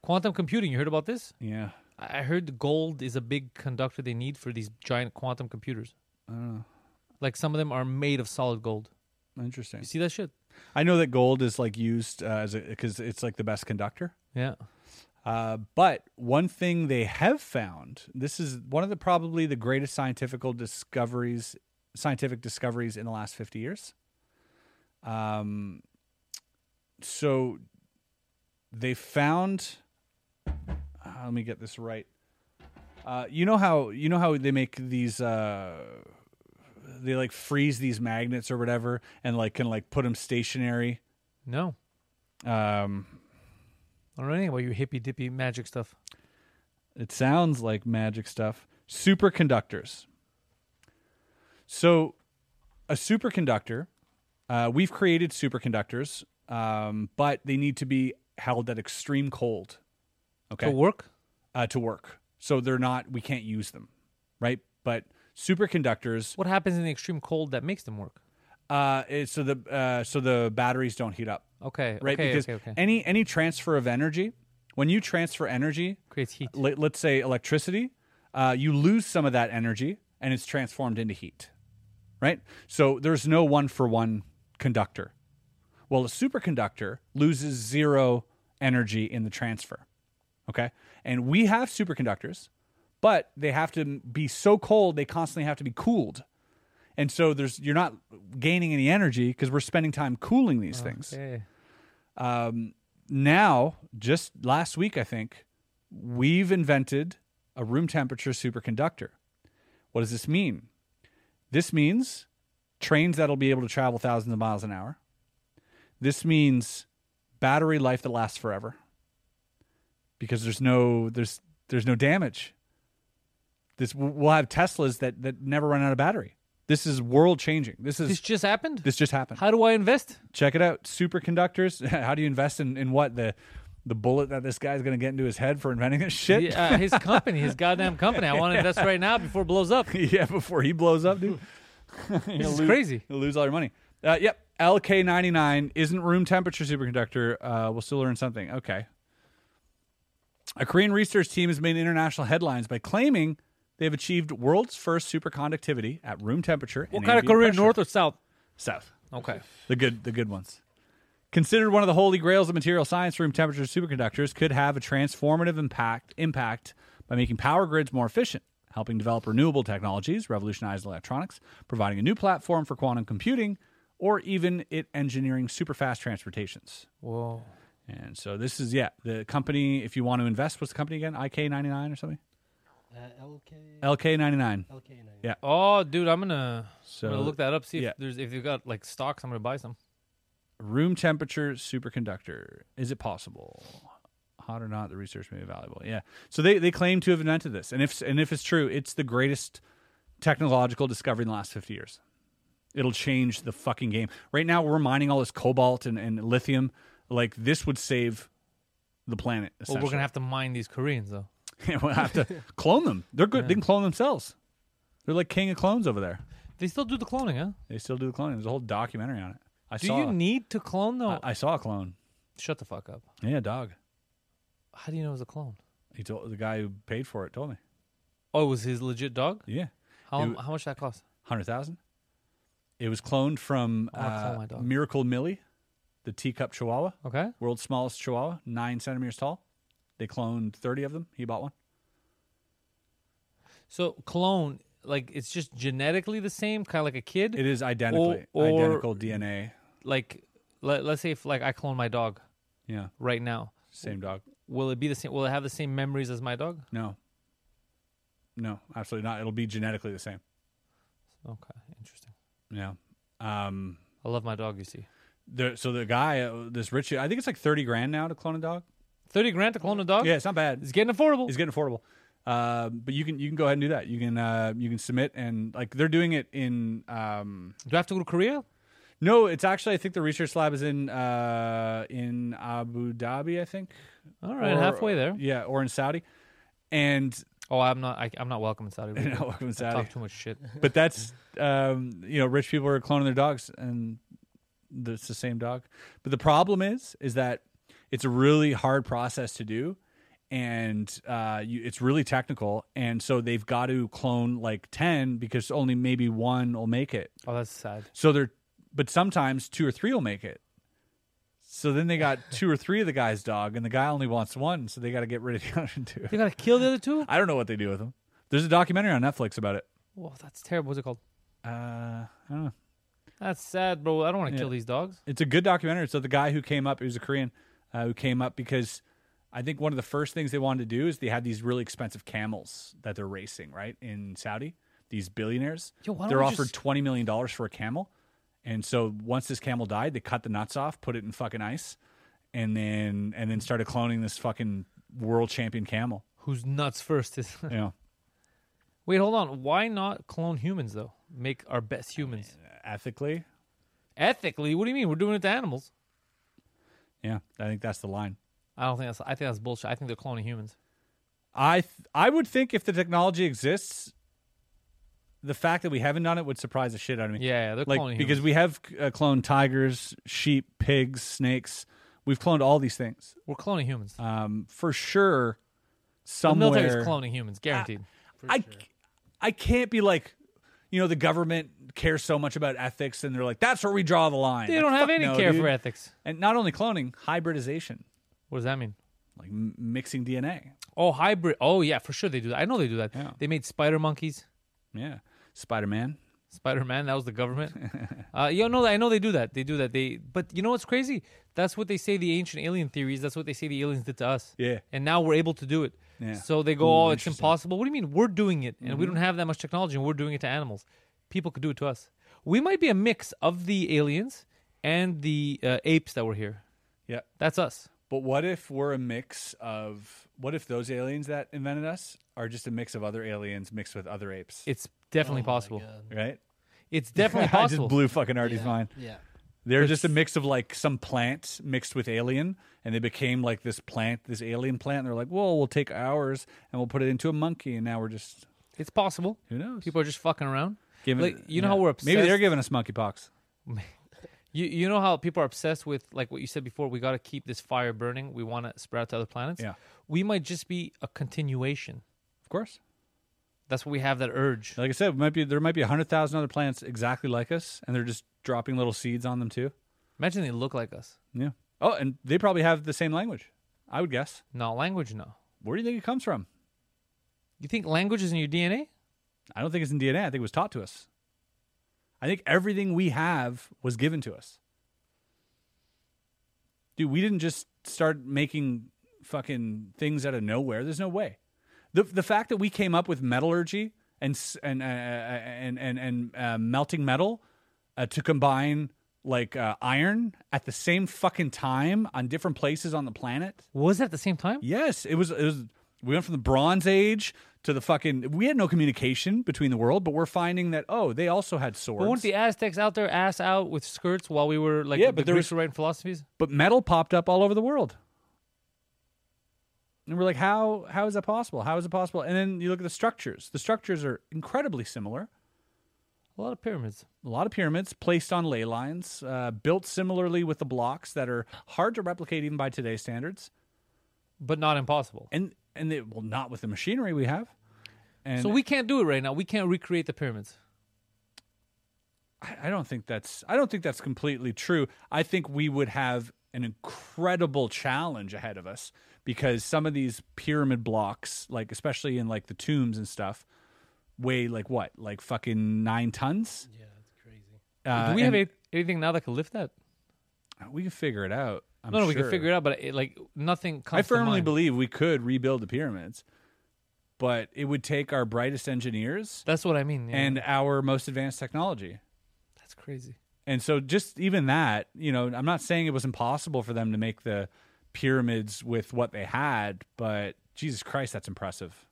quantum computing. You heard about this? yeah I I heard gold is a big conductor they need for these giant quantum computers. Like some of them are made of solid gold. interesting You see that shit? I know that gold is like used uh, as because it's like the best conductor. Yeah. Uh, but one thing they have found this is one of the probably the greatest scientific discoveries scientific discoveries in the last 50 years um, so they found uh, let me get this right uh, you know how you know how they make these uh, they like freeze these magnets or whatever and like can like put them stationary No, um, I don't know anything about you hippy dippy magic stuff. It sounds like magic stuff. Superconductors. So, a superconductor, uh, we've created superconductors, um, but they need to be held at extreme cold. Okay. To work, uh, to work. So they're not. We can't use them, right? But superconductors. what happens in the extreme cold that makes them work? Uh, it- so the uh, so the batteries don't heat up, Okay, right? okay, because okay, okay. any any transfer of energy, when you transfer energy, Creates heat. let, let's say electricity, uh, you lose some of that energy and it's transformed into heat, right? So there's no one for one conductor. Well, a superconductor loses zero energy in the transfer. Okay. And we have superconductors, but they have to be so cold, they constantly have to be cooled. And so there's you're not gaining any energy because we're spending time cooling these things Oh, Okay. Um, now, just last week, I think, we've invented a room temperature superconductor. What does this mean? This means trains that'll be able to travel thousands of miles an hour. This means battery life that lasts forever because there's no there's there's no damage. This we'll have Teslas that that never run out of battery. This is world changing. This is This just happened. this just happened How do I invest? check it out superconductors [LAUGHS] how do you invest in, in what the the bullet that this guy's going to get into his head for inventing this shit [LAUGHS] yeah, Yeah, uh, his company, his goddamn company. I [LAUGHS] want to invest right now before it blows up. before he blows [LAUGHS] up dude [LAUGHS] This is crazy. you'll lose all your money uh, yep lk99 isn't room temperature superconductor uh, we'll still learn something okay a korean research team has made international headlines by claiming they've achieved world's first superconductivity at room temperature What and kind of ambient Korea, pressure. north or south? south Okay. The good, the good ones. Considered one of the holy grails of material science, room temperature superconductors could have a transformative impact impact by making power grids more efficient, helping develop renewable technologies, revolutionize electronics, providing a new platform for quantum computing, or even it engineering super fast transportations. Whoa. And so this is yeah, the company. If you want to invest, what's the company again? IK ninety nine or something? Uh, LK LK ninety nine. LK nine. Oh, dude, I'm gonna, I'm So- gonna look that up. See yeah. if there's if they've got like stocks. I'm gonna buy some. Room temperature superconductor. Is it possible? Hot or not, the research may be valuable. Yeah. So they, they claim to have invented this. And if and if it's true, it's the greatest technological discovery in the last 50 years. It'll change the fucking game. Right now we're mining all this cobalt and, and lithium. Like this would save the planet. Well, we're gonna have to mine these Koreans though. [LAUGHS] to we'll have to clone them. They're good. They can clone themselves. They're like king of clones over there. They still do the cloning, huh? They still do the cloning. There's a whole documentary on it. I Do saw you need to clone though? I, I saw a clone. Shut the fuck up. Yeah, dog. How do you know it was a clone? He told the guy who paid for it told me. Oh, it was his legit dog. Yeah, How It- how much that cost? hundred thousand. It was cloned from I wanna clone uh, my dog. Miracle Millie, the teacup Chihuahua, Okay. world's smallest Chihuahua, nine centimeters tall. They cloned thirty of them. He bought one. So clone, like it's just genetically the same, kind of like a kid. It is identically or- identical DNA. Like let, let's say if like I clone my dog Yeah, right now, same dog. will it be the same? Will it have the same memories as my dog? No, no, absolutely not. It'll be genetically the same. Okay, interesting. Yeah. Um. I love my dog. You see, The, so the guy, uh, this rich, I think it's like thirty grand now to clone a dog. thirty grand to clone a dog. Yeah, it's not bad. it's getting affordable. It's getting affordable. Uh, but you can you can go ahead and do that. You can uh, you can submit and like they're doing it in. Um, do I have to go to Korea? no, it's actually I think the research lab is in uh, in Abu Dhabi. I think. All right, Or- halfway there. Yeah, or in Saudi, and Oh, I'm not. I, I'm not welcome in Saudi Arabia. You're [LAUGHS] not welcome in I Saudi. Talk too much shit. [LAUGHS] but that's um, you know rich people are cloning their dogs and the- it's the same dog. But the problem is is that it's a really hard process to do, and uh, you, it's really technical. And so they've got to clone like ten because only maybe one will make it. Oh, that's sad. So they're but sometimes two or three will make it. So then they got two or three of the guy's dog, and the guy only wants one, so they got to get rid of the other [LAUGHS] two. They gotta kill the other two. I don't know what they do with them. There's a documentary on Netflix about it. Whoa, that's terrible. What's it called? Uh, I don't know. That's sad, bro. I don't want to kill these dogs. It's a good documentary. So the guy who came up, he was a Korean, uh, who came up because I think one of the first things they wanted to do is they had these really expensive camels that they're racing right in Saudi. These billionaires, Yo, why don't they're we offered just- twenty million dollars for a camel, and so once this camel died, they cut the nuts off, put it in fucking ice, and then and then started cloning this fucking world champion camel. Who's nuts first? Is [LAUGHS] You know, wait, hold on. Why not clone humans though? Make our best humans. uh, ethically, Ethically, what do you mean? We're doing it to animals. yeah, I think that's the line. I don't think that's. I think that's bullshit. I think they're cloning humans. I th- I would think if the technology exists, the fact that we haven't done it would surprise the shit out of me. Yeah, yeah, they're like cloning because humans. we have uh, cloned tigers, sheep, pigs, snakes. We've cloned all these things We're cloning humans. um, for sure. the Somewhere, military's cloning humans, guaranteed. Ah, I I can't be like, you know, the government cares so much about ethics, and they're like, that's where we draw the line. they Like, don't have fuck any no, care dude. for ethics. And not only cloning, hybridization, What does that mean? like m- mixing DNA. Oh, hybrid. Oh, yeah, for sure they do that. I know they do that. Yeah. They made spider monkeys. Yeah, Spider Man. Spider Man. That was the [LAUGHS] government. uh, you know, I know they do that. They do that. They, but you know what's crazy? That's what they say. The ancient alien theories. That's what they say the aliens did to us. Yeah. And now we're able to do it. Yeah. Mm-hmm. So they go, oh, it's impossible. What do you mean? We're doing it, and we don't have that much technology, and we're doing it to animals. People could do it to us. We might be a mix of the aliens and the uh, apes that were here. Yeah. That's us. But what if we're a mix of what if those aliens that invented us are just a mix of other aliens mixed with other apes? It's definitely possible. right? [LAUGHS] It's definitely I possible. just blew fucking Artie's mind. Yeah. They're just a mix of like some plant mixed with alien, and they became like this plant, this alien plant. And they're like, well, we'll take ours and we'll put it into a monkey, and now we're just It's possible. who knows? People are just fucking around. giving, like, you know how yeah. we're obsessed. Maybe they're giving us monkeypox. [LAUGHS] You you know how people are obsessed with like what you said before. We got to keep this fire burning. We want to spread out to other planets. Yeah. We might just be a continuation. Of course. That's what we have that urge. Like I said, might be there might be hundred thousand other plants exactly like us, and they're just dropping little seeds on them too. Imagine they look like us. Yeah. Oh, and they probably have the same language. I would guess. No language. No. Where do you think it comes from? You think language is in your DNA? I don't think it's in DNA. I think it was taught to us. I think everything we have was given to us. Dude, we didn't just start making fucking things out of nowhere. There's no way. The the fact that we came up with metallurgy and s- and uh, and and and uh, melting metal uh, to combine like uh, iron at the same fucking time on different places on the planet Was it at the same time? Yes, it was. It was. We went from the Bronze Age to the fucking. We had no communication between the world, but we're finding that oh, they also had swords. But weren't the Aztecs out there ass out with skirts while we were like Yeah, the but there Greeks was- were writing philosophies? but metal popped up all over the world, and we're like, how how is that possible? How is it possible? And then you look at the structures. The structures are incredibly similar. A lot of pyramids. A lot of pyramids placed on ley lines, uh, built similarly with the blocks that are hard to replicate even by today's standards, But not impossible. and and they, well, not with the machinery we have. And so we can't do it right now. We can't recreate the pyramids. I- I don't think that's I don't think that's completely true. I think we would have an incredible challenge ahead of us because some of these pyramid blocks, like especially in like the tombs and stuff, weigh like what, like fucking nine tons. Yeah, that's crazy. Uh, do we have and any- anything now that can lift that? We can figure it out. I'm no, no, sure. we can figure it out. But it, like nothing comes. I to firmly mind. believe we could rebuild the pyramids, but it would take our brightest engineers That's what I mean. yeah. and our most advanced technology. that's crazy. And so just even that, you know, I'm not saying it was impossible for them to make the pyramids with what they had, but Jesus Christ, that's impressive.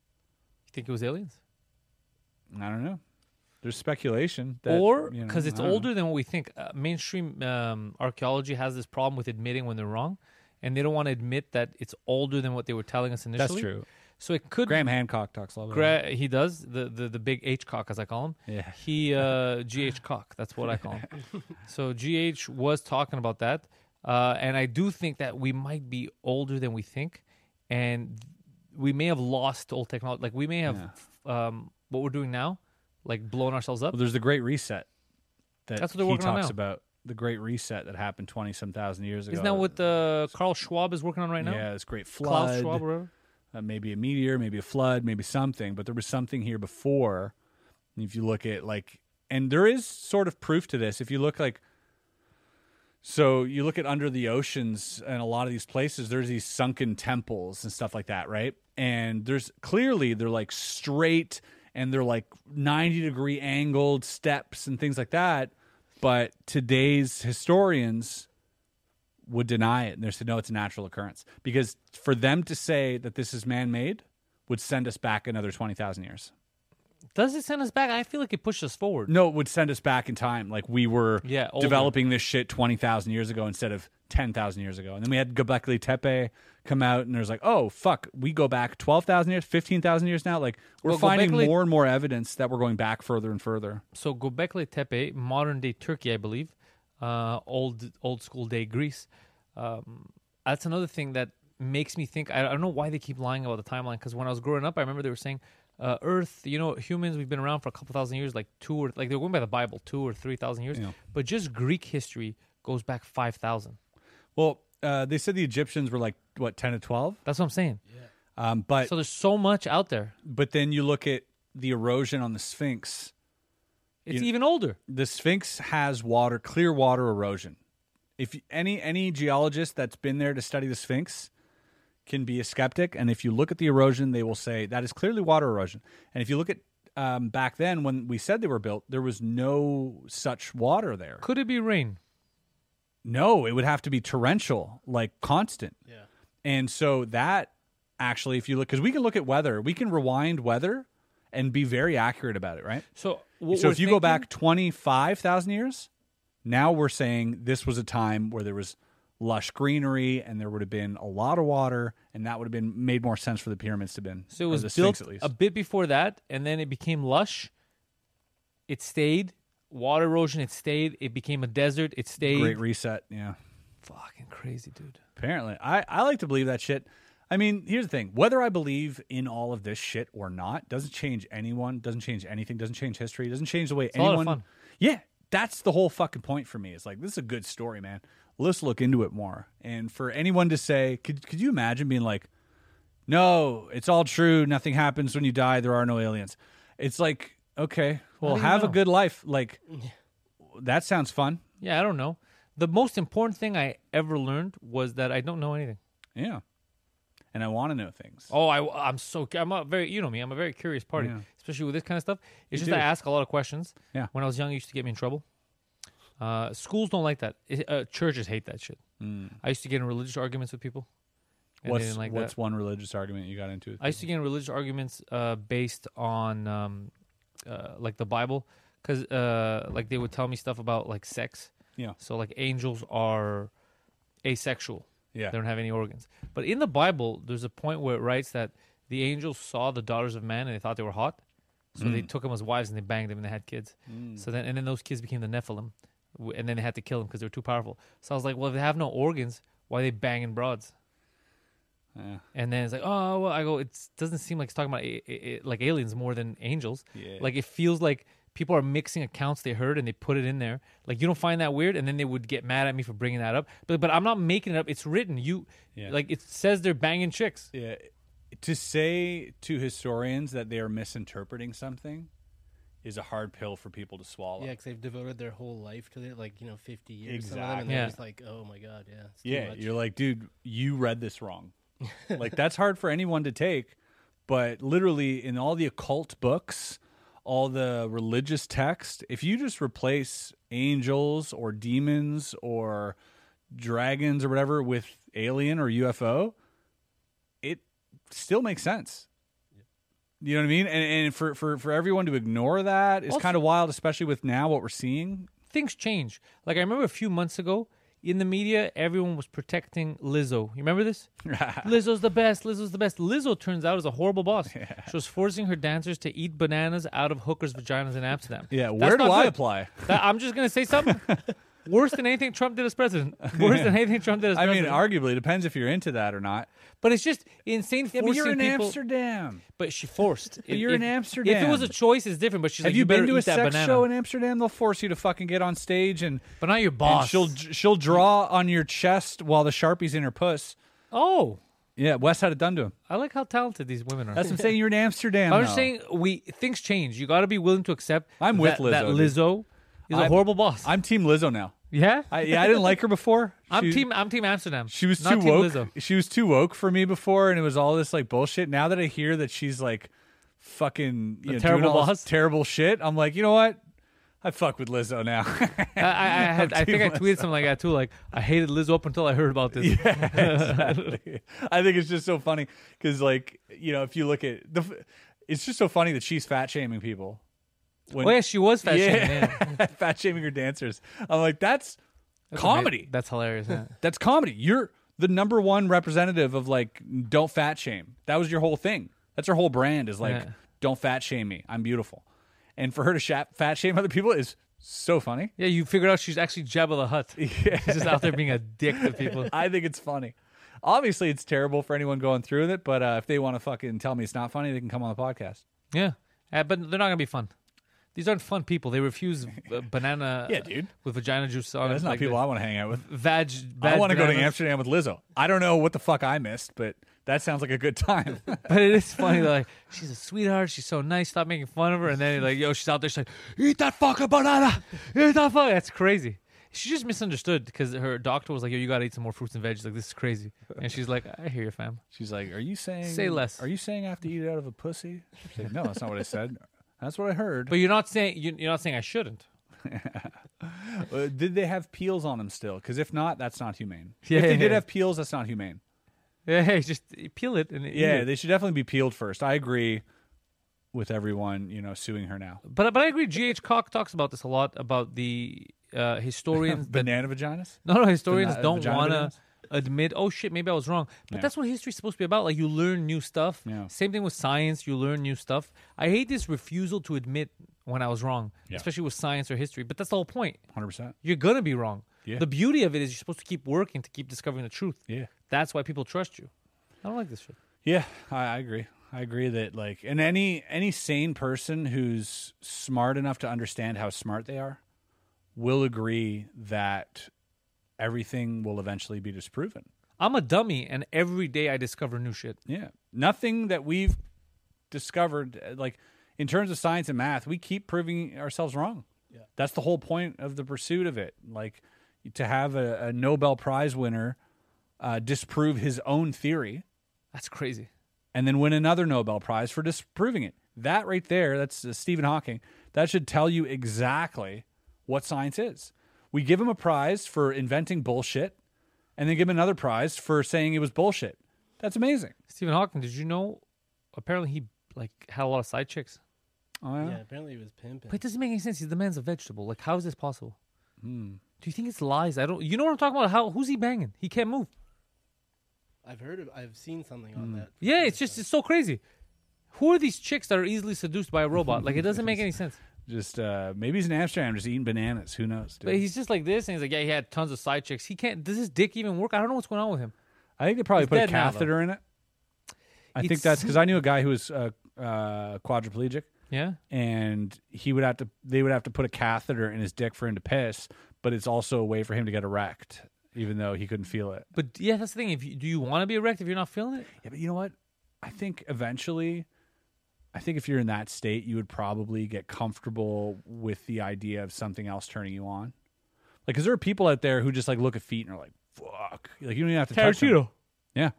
You think it was aliens, I don't know. There's speculation that or you know, because it's I don't older know. than what we think? Uh, mainstream um, archaeology has this problem with admitting when they're wrong, and they don't want to admit that it's older than what they were telling us initially. That's true. So it could. Graham Hancock talks a lot about that. Gra- he does the, the the big H cock as I call him. Yeah. He uh, GH cock. That's what I call [LAUGHS] him. so GH was talking about that, uh, and I do think that we might be older than we think, and we may have lost old technology. Like we may have um, what we're doing now, like blowing ourselves up. Well, there's the Great Reset that That's what they're he working on talks now. about. the Great Reset that happened twenty some thousand years ago. Isn't that what uh, Carl Schwab is working on right now? Yeah, this great flood. Klaus Schwab, or whatever. uh, maybe a meteor, maybe a flood, maybe something, but there was something here before. And If you look at like, and there is sort of proof to this. If you look like, so you look at under the oceans and a lot of these places, there's these sunken temples and stuff like that, right? And there's clearly they're like straight and they're like 90 degree angled steps and things like that. But today's historians would deny it and they said no it's a natural occurrence because for them to say that this is man-made would send us back another 20,000 years. Does it send us back? I feel like it pushed us forward. No, it would send us back in time like we were Yeah, older. developing this shit 20,000 years ago instead of 10,000 years ago. And then we had Göbekli Tepe come out and there's like, "Oh, fuck, we go back 12,000 years, 15,000 years now." Like we're Well, finding Göbekli- more and more evidence that we're going back further and further. So Gobekli Tepe, modern day Turkey, I believe, uh, old old school day Greece. Um, that's another thing that makes me think. I, I don't know why they keep lying about the timeline. Because when I was growing up, I remember they were saying uh, Earth. You know, humans we've been around for a couple thousand years, like two or like they were going by the Bible, two or three thousand years. But just Greek history goes back five thousand. Well, uh, they said the Egyptians were like what 10 to 12? That's what I'm saying. Um, but So there's so much out there. but then you look at the erosion on the Sphinx It's even older. the Sphinx has water, clear water erosion. If you- any any geologist that's been there to study the Sphinx can be a skeptic, and if you look at the erosion, they will say that is clearly water erosion. And if you look at um, back then when we said they were built, there was no such water there. Could it be rain? No, it would have to be torrential, like constant. Yeah. And so that actually, if you look, because we can look at weather, we can rewind weather and be very accurate about it, right? So what so we're if you go thinking- back 25,000 years, now we're saying this was a time where there was lush greenery and there would have been a lot of water and that would have been made more sense for the pyramids to have been. So it or was the built Sphinx, at least. a bit before that, and then it became lush. It stayed. Water erosion, it stayed. It became a desert, it stayed. Great reset, yeah. Fucking crazy, dude. Apparently. I, I like to believe that shit. I mean, here's the thing. Whether I believe in all of this shit or not doesn't change anyone, doesn't change anything, doesn't change history, doesn't change the way a lot of anyone fun. Yeah, that's the whole fucking point for me. It's like this is a good story, man. Let's look into it more. And for anyone to say, could could you imagine being like, "No, it's all true. Nothing happens when you die. There are no aliens." It's like, okay, well, do you have a know? good life. Like that sounds fun. Yeah, I don't know. The most important thing I ever learned was that I don't know anything. Yeah. And I want to know things. Oh, I, am so cu- I'm a very you know me. I'm a very curious party, especially with this kind of stuff. It's just I ask a lot of questions. Yeah. When I was young, it used to get me in trouble. Uh, schools don't like that. It- uh, churches hate that shit. I used to get in religious arguments with people. and they Mm. what's didn't like what's that. one religious argument you got into? with I used to get in religious arguments uh, based on um, uh, like the Bible, because uh, like they would tell me stuff about like sex. Yeah. So like angels are asexual. Yeah. They don't have any organs. But in the Bible, there's a point where it writes that the angels saw the daughters of man and they thought they were hot, so they took them as wives and they banged them and they had kids. So then and then those kids became the Nephilim, w- and then they had to kill them because they were too powerful. So I was like, well, if they have no organs, why are they banging broads? And then it's like, oh, well, I go, it doesn't seem like it's talking about a- a- a- like aliens more than angels. Like it feels like people are mixing accounts they heard and they put it in there. Like you don't find that weird, and then they would get mad at me for bringing that up. But but I'm not making it up. It's written. You like it says they're banging chicks. Yeah. To say to historians that they are misinterpreting something is a hard pill for people to swallow. Yeah, because they've devoted their whole life to it, like you know, fifty years. Some of them, Exactly. and they're Yeah. just like, oh my god, yeah, it's too Yeah, much. you're like, dude, you read this [LAUGHS] wrong. like that's hard for anyone to take, but literally in all the occult books, all the religious text, if you just replace angels or demons or dragons or whatever with alien or UFO, it still makes sense. You know what I mean? And, and for, for, for everyone to ignore that is Also- kind of wild, especially with now what we're seeing. Things change. Like I remember a few months ago in the media, everyone was protecting Lizzo. You remember [LAUGHS] this? Lizzo's the best. Lizzo's the best. Lizzo turns out is a horrible boss. She was forcing her dancers to eat bananas out of hookers' vaginas in Amsterdam. Yeah, That's where do not I good. apply? [LAUGHS] That- I'm just gonna say something. Worse than anything Trump did as president. Worse than anything Trump did as I mean, president. arguably, depends if you're into that or not. but it's just insane Yeah, forcing but you're in people. Amsterdam. But she forced. If- you're if- in Amsterdam. If it was a choice, it's different. But she's Have like, you been better to a eat that sex banana. show in Amsterdam? They'll force you to fucking get on stage and, but not your and boss. she'll she'll draw on your chest while the sharpie's in her puss. oh, Yeah, Wes had it done to him. I like how talented these women are. That's what I'm saying. You're in Amsterdam. I'm just though. saying we things change. You got to be willing to accept. I'm with that, That Lizzo, dude. Lizzo is a I'm- horrible boss. I'm Team Lizzo now. yeah, I, yeah, I didn't like her before. [LAUGHS] I'm She- team. I'm team Amsterdam. She was not too team woke. [LAUGHS] Lizzo. She was too woke for me before, and it was all this like bullshit. Now that I hear that she's like fucking you know, terrible doing all this boss. terrible shit, I'm like, you know what? I fuck with Lizzo now. [LAUGHS] I, I, I, had, I think I tweeted something like that too. Like I hated Lizzo up until I heard about this. exactly. I think it's just so funny because, like, you know, if you look at the, f- it's just so funny that she's fat shaming people. When, Oh yeah, she was fashion. Yeah. Yeah. [LAUGHS] fat shaming her dancers. I'm like, that's, That's comedy. ama- That's hilarious. yeah. that's comedy. You're the number one representative of like don't fat shame. That was your whole thing. That's her whole brand is like Yeah. don't fat shame me. I'm beautiful. And for her to sha- fat shame other people is so funny. Yeah, you figured out she's actually Jabba the [LAUGHS] Hutt. She's just out there being a dick to people. I think it's funny. Obviously, it's terrible for anyone going through with it, but uh, if they want to fucking tell me it's not funny, they can come on the podcast. Yeah, uh, but they're not gonna be fun. These aren't fun people. They refuse uh, banana. Yeah, dude. With vagina juice on. it. That's not like people the I want to hang out with. Vag. I bad want to go to bananas. Amsterdam with Lizzo. I don't know what the fuck I missed, but that sounds like a good time. [LAUGHS] But it is funny. they're Like she's a sweetheart. She's so nice. Stop making fun of her. And then you're like, yo, she's out there. She's like, eat that fucking banana. Eat that fuck. That's crazy. She just misunderstood because her doctor was like, yo, you gotta eat some more fruits and veggies. Like this is crazy. And she's like, I hear you, fam. She's like, "Are you saying Say less. Are you saying I have to eat it out of a pussy?" She's like, "No, that's not what I said. That's what I heard." But you're not saying you- you're not saying I shouldn't. [LAUGHS] Uh, did they have peels on them still? Because if not, that's not humane. [LAUGHS] Yeah, if they yeah, did yeah. have peels, that's not humane. Yeah, hey, just peel it and eat Yeah, it. they should definitely be peeled first. I agree with everyone, you know, suing her now. but but I agree. G. H. Cock talks about this a lot about the uh, [LAUGHS] historians that Banana vaginas. No, no, historians Vagina- don't vagina want to videos? admit, oh shit, maybe I was wrong. But that's what history's supposed to be about. Like you learn new stuff. Yeah. Same thing with science, you learn new stuff. I hate this refusal to admit when I was wrong, especially with science or history. But that's the whole point. Hundred percent. You're gonna be wrong. Yeah. The beauty of it is you're supposed to keep working to keep discovering the truth. Yeah. That's why people trust you. I don't like this shit. Yeah, I, I agree. I agree that like, and any any sane person who's smart enough to understand how smart they are will agree that everything will eventually be disproven. I'm a dummy, and every day I discover new shit. Yeah. Nothing that we've discovered, uh, like in terms of science and math, we keep proving ourselves wrong. Yeah. That's the whole point of the pursuit of it. Like to have a, a Nobel Prize winner uh, disprove his own theory That's crazy. and then win another Nobel Prize for disproving it. That right there, that's uh, Stephen Hawking, that should tell you exactly what science is. We give him a prize for inventing bullshit and then give him another prize for saying it was bullshit. That's amazing. Stephen Hawking, did you know? Apparently, he like had a lot of side chicks. Oh, yeah. Yeah, apparently he was pimping. But it doesn't make any sense. He's the man's a vegetable. Like, how is this possible? Hmm. Do you think it's lies? I don't. You know what I'm talking about? How? Who's he banging? He can't move. I've heard of, I've seen something on that. Mm. Yeah, it's just it's so crazy. Who are these chicks that are easily seduced by a robot? Like, it doesn't make any sense. Just uh, maybe he's in Amsterdam, just eating bananas. Who knows? [LAUGHS] Dude? But he's just like this, and he's like, yeah, he had tons of side chicks. He can't. Does his dick even work? I don't know what's going on with him. I think they probably he's put a dead now, though. catheter in it. I think It's- that's because [LAUGHS] I knew a guy who was uh, uh, quadriplegic, Yeah. and he would have to. They would have to put a catheter in his dick for him to piss, but it's also a way for him to get erect, even though he couldn't feel it. But yeah, that's the thing. If you, do you want to be erect if you're not feeling it? Yeah, but you know what? I think eventually, I think if you're in that state, you would probably get comfortable with the idea of something else turning you on. Like, because there are people out there who just like look at feet and are like, "Fuck!" Like you don't even have to touch them. Yeah,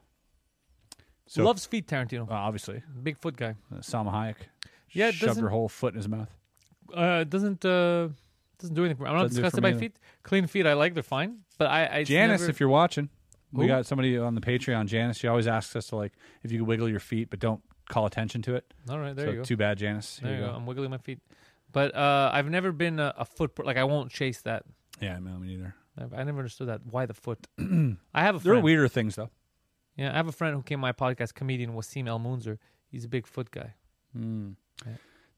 So- loves feet. Tarantino, uh, obviously, big foot guy. uh, Salma Hayek. Yeah, it shoved her doesn't- whole foot in his mouth. Uh, doesn't uh, doesn't do anything. for me. I'm not Doesn't do it disgusted for by me either. feet. Clean feet, I like. They're fine. But I, I it's Janice, never- if you're watching, we Who? got somebody on the Patreon. Janice, she always asks us to like if you could wiggle your feet, but don't call attention to it. all right, there so you go. too bad, Janice. Here There you go. I'm wiggling my feet. But uh, I've never been a, a foot per- like I won't chase that. Yeah, no, me neither. I've- I never understood that. Why the foot? [CLEARS THROAT] I have a There friend. are weirder things though. Yeah, I have a friend who came to my podcast, comedian Wasim El Munzer. He's a big foot guy.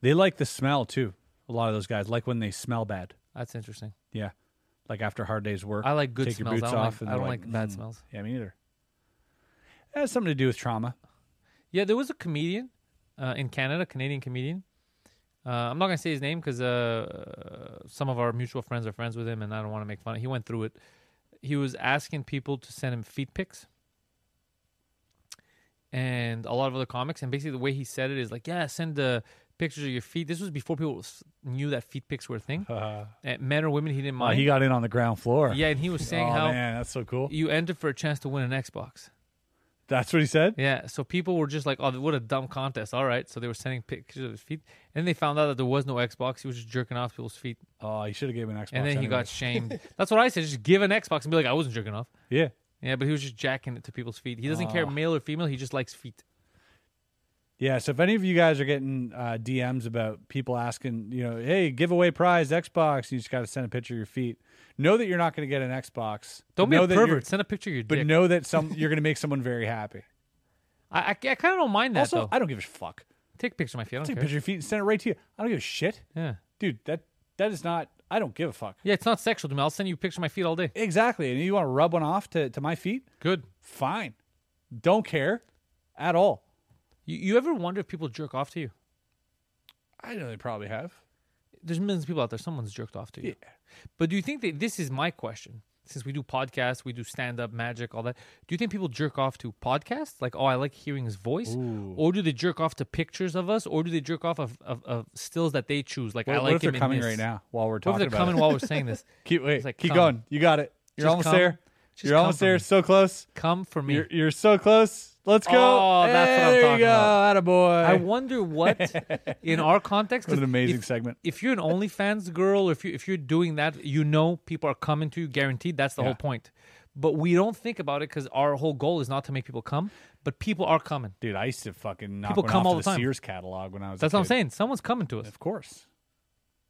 They like the smell too. A lot of those guys like when they smell bad. That's interesting. Yeah. Like after a hard day's work, I like good take smells. your boots I don't off. like, and I they're don't like, bad "Mm." smells. Yeah, me neither. That has something to do with trauma. Yeah, there was a comedian uh, in Canada, Canadian comedian. Uh, I'm not gonna say his name because uh, some of our mutual friends are friends with him, and I don't want to make fun. of He went through it. He was asking people to send him feet pics, and a lot of other comics. And basically, the way he said it is like, "Yeah, send uh, pictures of your feet." This was before people s- knew that feet pics were a [LAUGHS] thing. And men or women, he didn't Oh, mind. he got in on the ground floor. yeah, and he was saying oh how man, that's so cool. you entered for a chance to win an Xbox. That's what he said. Yeah, so people were just like, "Oh, what a dumb contest!" All right, so they were sending pictures of his feet, and they found out that there was no Xbox. He was just jerking off people's feet, Oh, he should have given an Xbox. and then he anyway. got shamed. [LAUGHS] That's what I said: just give an Xbox and be like, "I wasn't jerking off." yeah. Yeah, but he was just jacking it to people's feet. He doesn't care male or female; he just likes feet. Yeah, so if any of you guys are getting uh, DMs about people asking, you know, hey, giveaway prize Xbox, you just got to send a picture of your feet. Know that you're not going to get an Xbox. Don't know be that a you're- pervert. Send a picture of your But dick. know [LAUGHS] that some you're going to make someone very happy. I, I, kind of don't mind that also, though. I don't give a fuck. Take a picture of my feet. I don't Take a care. picture of your feet and send it right to you. I don't give a shit, Yeah, dude. That that is not. I don't give a fuck. yeah, it's not sexual to me. I'll send you a picture of my feet all day. Exactly. And you want to rub one off to, to my feet? Good. Fine. Don't care at all. You, you ever wonder if people jerk off to you? I know they probably have. there's millions of people out there. Someone's jerked off to you. But do you think that this is my question? Since we do podcasts, we do stand up, magic, all that. Do you think people jerk off to podcasts? Like, oh, I like hearing his voice. Or do they jerk off to pictures of us? Or do they jerk off of, of, of stills that they choose? Like, What, I what like if they're him in coming this. right now while we're What if talking they're about coming it? while we're saying this? [LAUGHS] Keep wait, It's like, keep come. going. You got it. You're Just almost come. there. Just you're come almost for there. me. So close. Come for me. You're, you're so close. Let's go. Oh, that's what I'm Hey, there talking you go. about. Attaboy. I wonder what, [LAUGHS] in our context, What an 'cause amazing if- segment. If you're an OnlyFans girl, or if you if you're doing that, you know people are coming to you, guaranteed. That's the whole point. But we don't think about it because our whole goal is not to make people come, but people are coming. Dude, I used to fucking knock People one come off all to the time. Sears catalog when I was. a That's what I'm kid. saying. Someone's coming to us. Of course.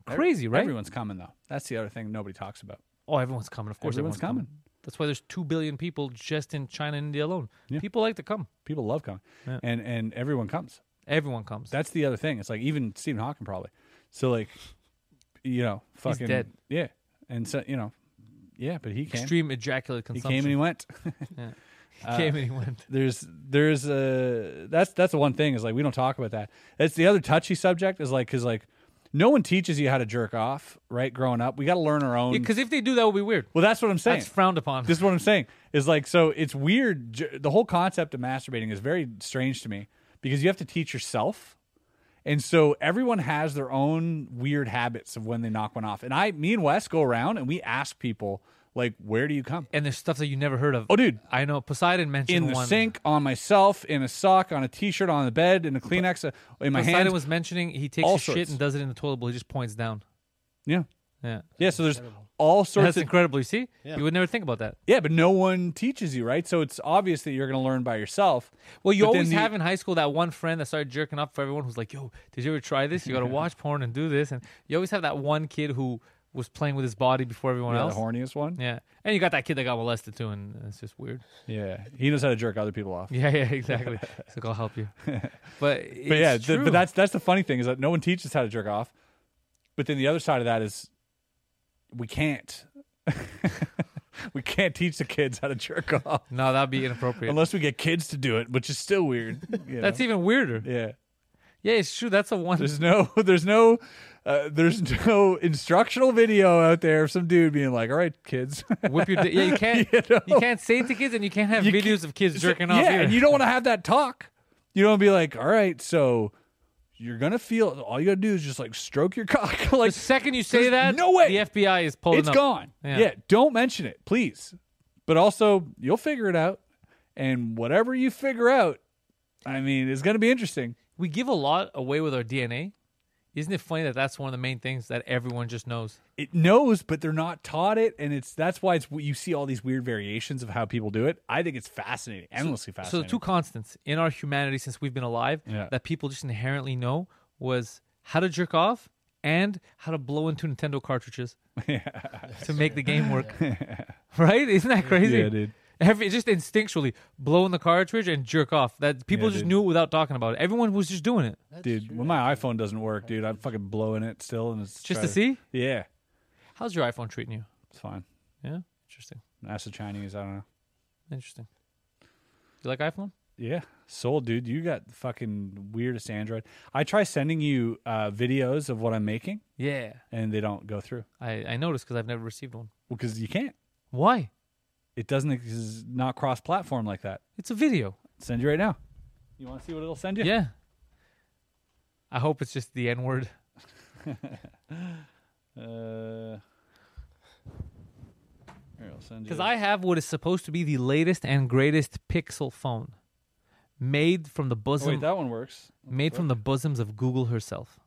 Crazy, right? Everyone's coming though. That's the other thing nobody talks about. Oh, everyone's coming. Of course, Everyone's everyone's, coming. coming. That's why there's two billion people just in China and India alone. Yeah. People like to come. People love coming, and and everyone comes. Everyone comes. That's the other thing. It's like even Stephen Hawking probably. So like, you know, fucking dead. Yeah, and so you know, yeah, but he came. Extreme ejaculate he consumption. came and he went. [LAUGHS] He came and he went. there's there's a that's that's the one thing is like we don't talk about that. That's the other touchy subject is like because like no one teaches you how to jerk off right growing up. We got to learn our own. Because if they do, that would be weird. well, that's what I'm saying. That's frowned upon. Uh, This is what I'm saying is like so it's weird. j- The whole concept of masturbating is very strange to me because you have to teach yourself. And so everyone has their own weird habits of when they knock one off. And I, me and Wes go around and we ask people like, "Where do you come?" and there's stuff that you never heard of. Oh, dude. I know. Poseidon mentioned in the one. sink, on myself, in a sock, on a t-shirt, on the bed, in a Kleenex, uh, in my Poseidon hand. was mentioning he takes All his shit sorts. and does it in the toilet bowl. He just points down. yeah, Yeah, yeah. So there's all sorts that's of incredible. You see, Yeah. you would never think about that. yeah, but no one teaches you, right? So it's obvious that you're going to learn by yourself. Well, you But then always the- have in high school that one friend that started jerking off for everyone who's like, "Yo, did you ever try this? [LAUGHS] You got to watch porn and do this." And you always have that one kid who was playing with his body before everyone Yeah, the else. horniest one. Yeah, and you got that kid that got molested too, and it's just weird. [LAUGHS] Yeah, he knows how to jerk other people off. Yeah, yeah, [LAUGHS] exactly. it's like I'll help you, but it's but yeah, the, true. but that's that's the funny thing is that no one teaches how to jerk off. But then the other side of that is we can't. [LAUGHS] we can't teach the kids how to jerk off no, that'd be [LAUGHS] inappropriate. unless we get kids to do it, which is [LAUGHS] still weird. you that's know? even weirder. Yeah. yeah. it's true. That's a one. There's no, [LAUGHS] there's no, uh, there's no instructional video out there of some dude being like, "All right, kids, [LAUGHS] Whip your di- yeah, you can't You you, know? can't say it to kids, and you can't have You videos can't- of kids jerking yeah," off. either. and you don't want to have that talk. You don't wanna be like, "All right, so you're gonna feel. All you gotta do is just like stroke your [LAUGHS] cock. like the second you say there's that, no way. the FBI is pulling. it's up. gone. Yeah. Yeah. don't mention it, please. But also, you'll figure it out, and whatever you figure out, I mean, it's gonna be interesting. We give a lot away with our DNA. Isn't it funny that that's one of the main things that everyone just knows? it knows, but they're not taught it, and it's that's why it's you see all these weird variations of how people do it. I think it's fascinating, endlessly So the fascinating. two constants in our humanity since we've been alive Yeah. that people just inherently know was how to jerk off and how to blow into Nintendo [LAUGHS] cartridges to make the game work. right? Isn't that crazy? Yeah, dude. Every, just instinctually blow in the cartridge and jerk off. That people Yeah, just dude. knew it without talking about it. Everyone was just doing it. dude, when my iPhone doesn't work, dude, I'm fucking blowing it still, and it's Just try to see? Yeah, How's your iPhone treating you? It's fine. Yeah, interesting, That's the Chinese. I don't know. interesting. You like iPhone? Yeah, sold, dude. You got the fucking weirdest Android. I try sending you uh, videos of what I'm making, Yeah, and they don't go through I I noticed because I've never received one. because you can't. Why? It doesn't. It's not cross-platform like that. It's a video. Send you right now. You want to see what it'll send you? Yeah. I hope it's just the N word. Uh, here, I'll send you. Because I have what is supposed to be the latest and greatest Pixel phone, made from the Oh, bosom wait, that one works. made from the bosoms of Google herself.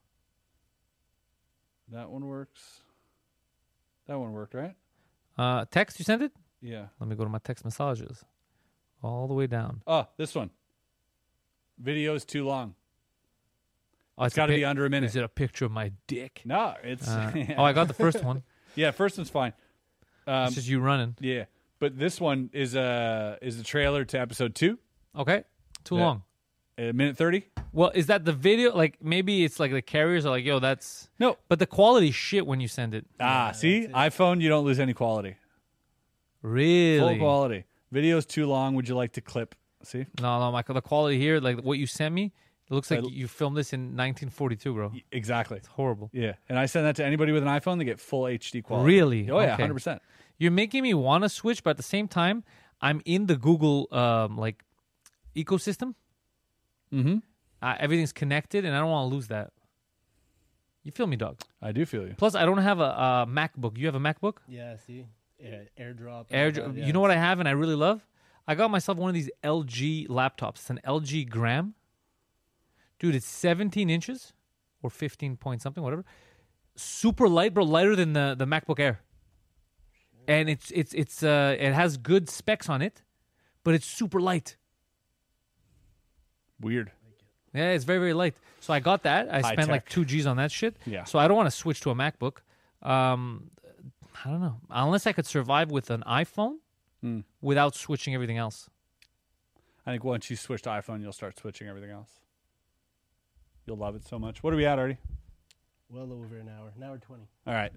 That one works. That one worked, right? Uh, text you sent it? Yeah. Let me go to my text messages, all the way down. Oh, this one. Video is too long. Oh, It's a got to pic- be under a minute. Is it a picture of my [LAUGHS] dick? no, it's. Uh, oh, I got the first one. yeah, first one's fine. [LAUGHS] Um, it's just you running. yeah, but this one is uh is the trailer to episode two, Okay, too Yeah. long. a minute thirty. Well, is that the video? Like maybe it's like the carriers are like, yo, that's No. But the quality is shit when you send it. Ah, see, iPhone, you don't lose any quality. Really? Full quality. Video's too long. Would you like to clip? See, No, no, Michael. The quality here, like what you sent me, it looks like I- you filmed this in 1942, bro. It's exactly. horrible. Yeah, and I send that to anybody with an iPhone, they get full HD quality. Really? Oh yeah, Okay. hundred percent. You're making me want to switch, but at the same time, I'm in the Google um, like ecosystem. Mhm. Uh, everything's connected, and I don't want to lose that. You feel me, dog? I do feel you. Plus, I don't have a, a MacBook. You have a MacBook? Yeah, see, Air, airdrop. and all Air, that, You yeah. know what I have, and I really love. I got myself one of these LG laptops. It's an LG Gram. Dude, it's 17 inches or 15 point something, whatever. Super light, bro, lighter than the, the MacBook Air. And it's it's it's uh it has good specs on it, but it's super light. Weird. Yeah, it's very very light. So I got that. I High spent like tech. two G's on that shit. Yeah. So I don't want to switch to a MacBook. Um, I don't know. Unless I could survive with an iPhone without switching everything else. I think once you switch to iPhone, you'll start switching everything else. You'll love it so much. What are we at, Artie? Well over an hour, an hour twenty. All right.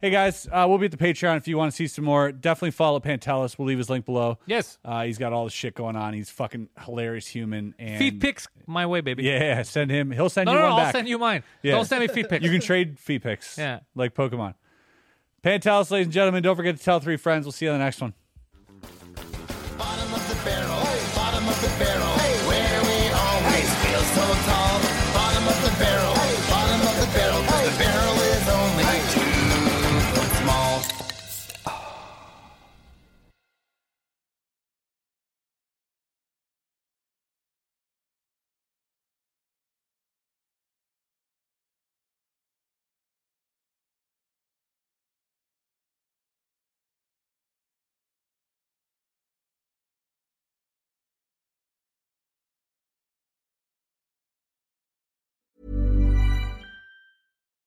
Hey guys, uh, we'll be at the Patreon if you want to see some more. Definitely follow Pantelis. We'll leave his link below. Yes. Uh, he's got all the shit going on. He's fucking hilarious human. And feet pics my way, baby. Yeah, send him. He'll send No, you no, one no. back. I'll send you mine. Yeah. Don't send me feet pics. You can trade fee picks. Yeah. Like Pokemon. Pantelis, ladies and gentlemen, don't forget to tell three friends. We'll see you on the next one. Bottom of the barrel, bottom of the barrel, where we always feel so tall. Bottom of the barrel, bottom of the barrel, 'cause the barrel is only too small.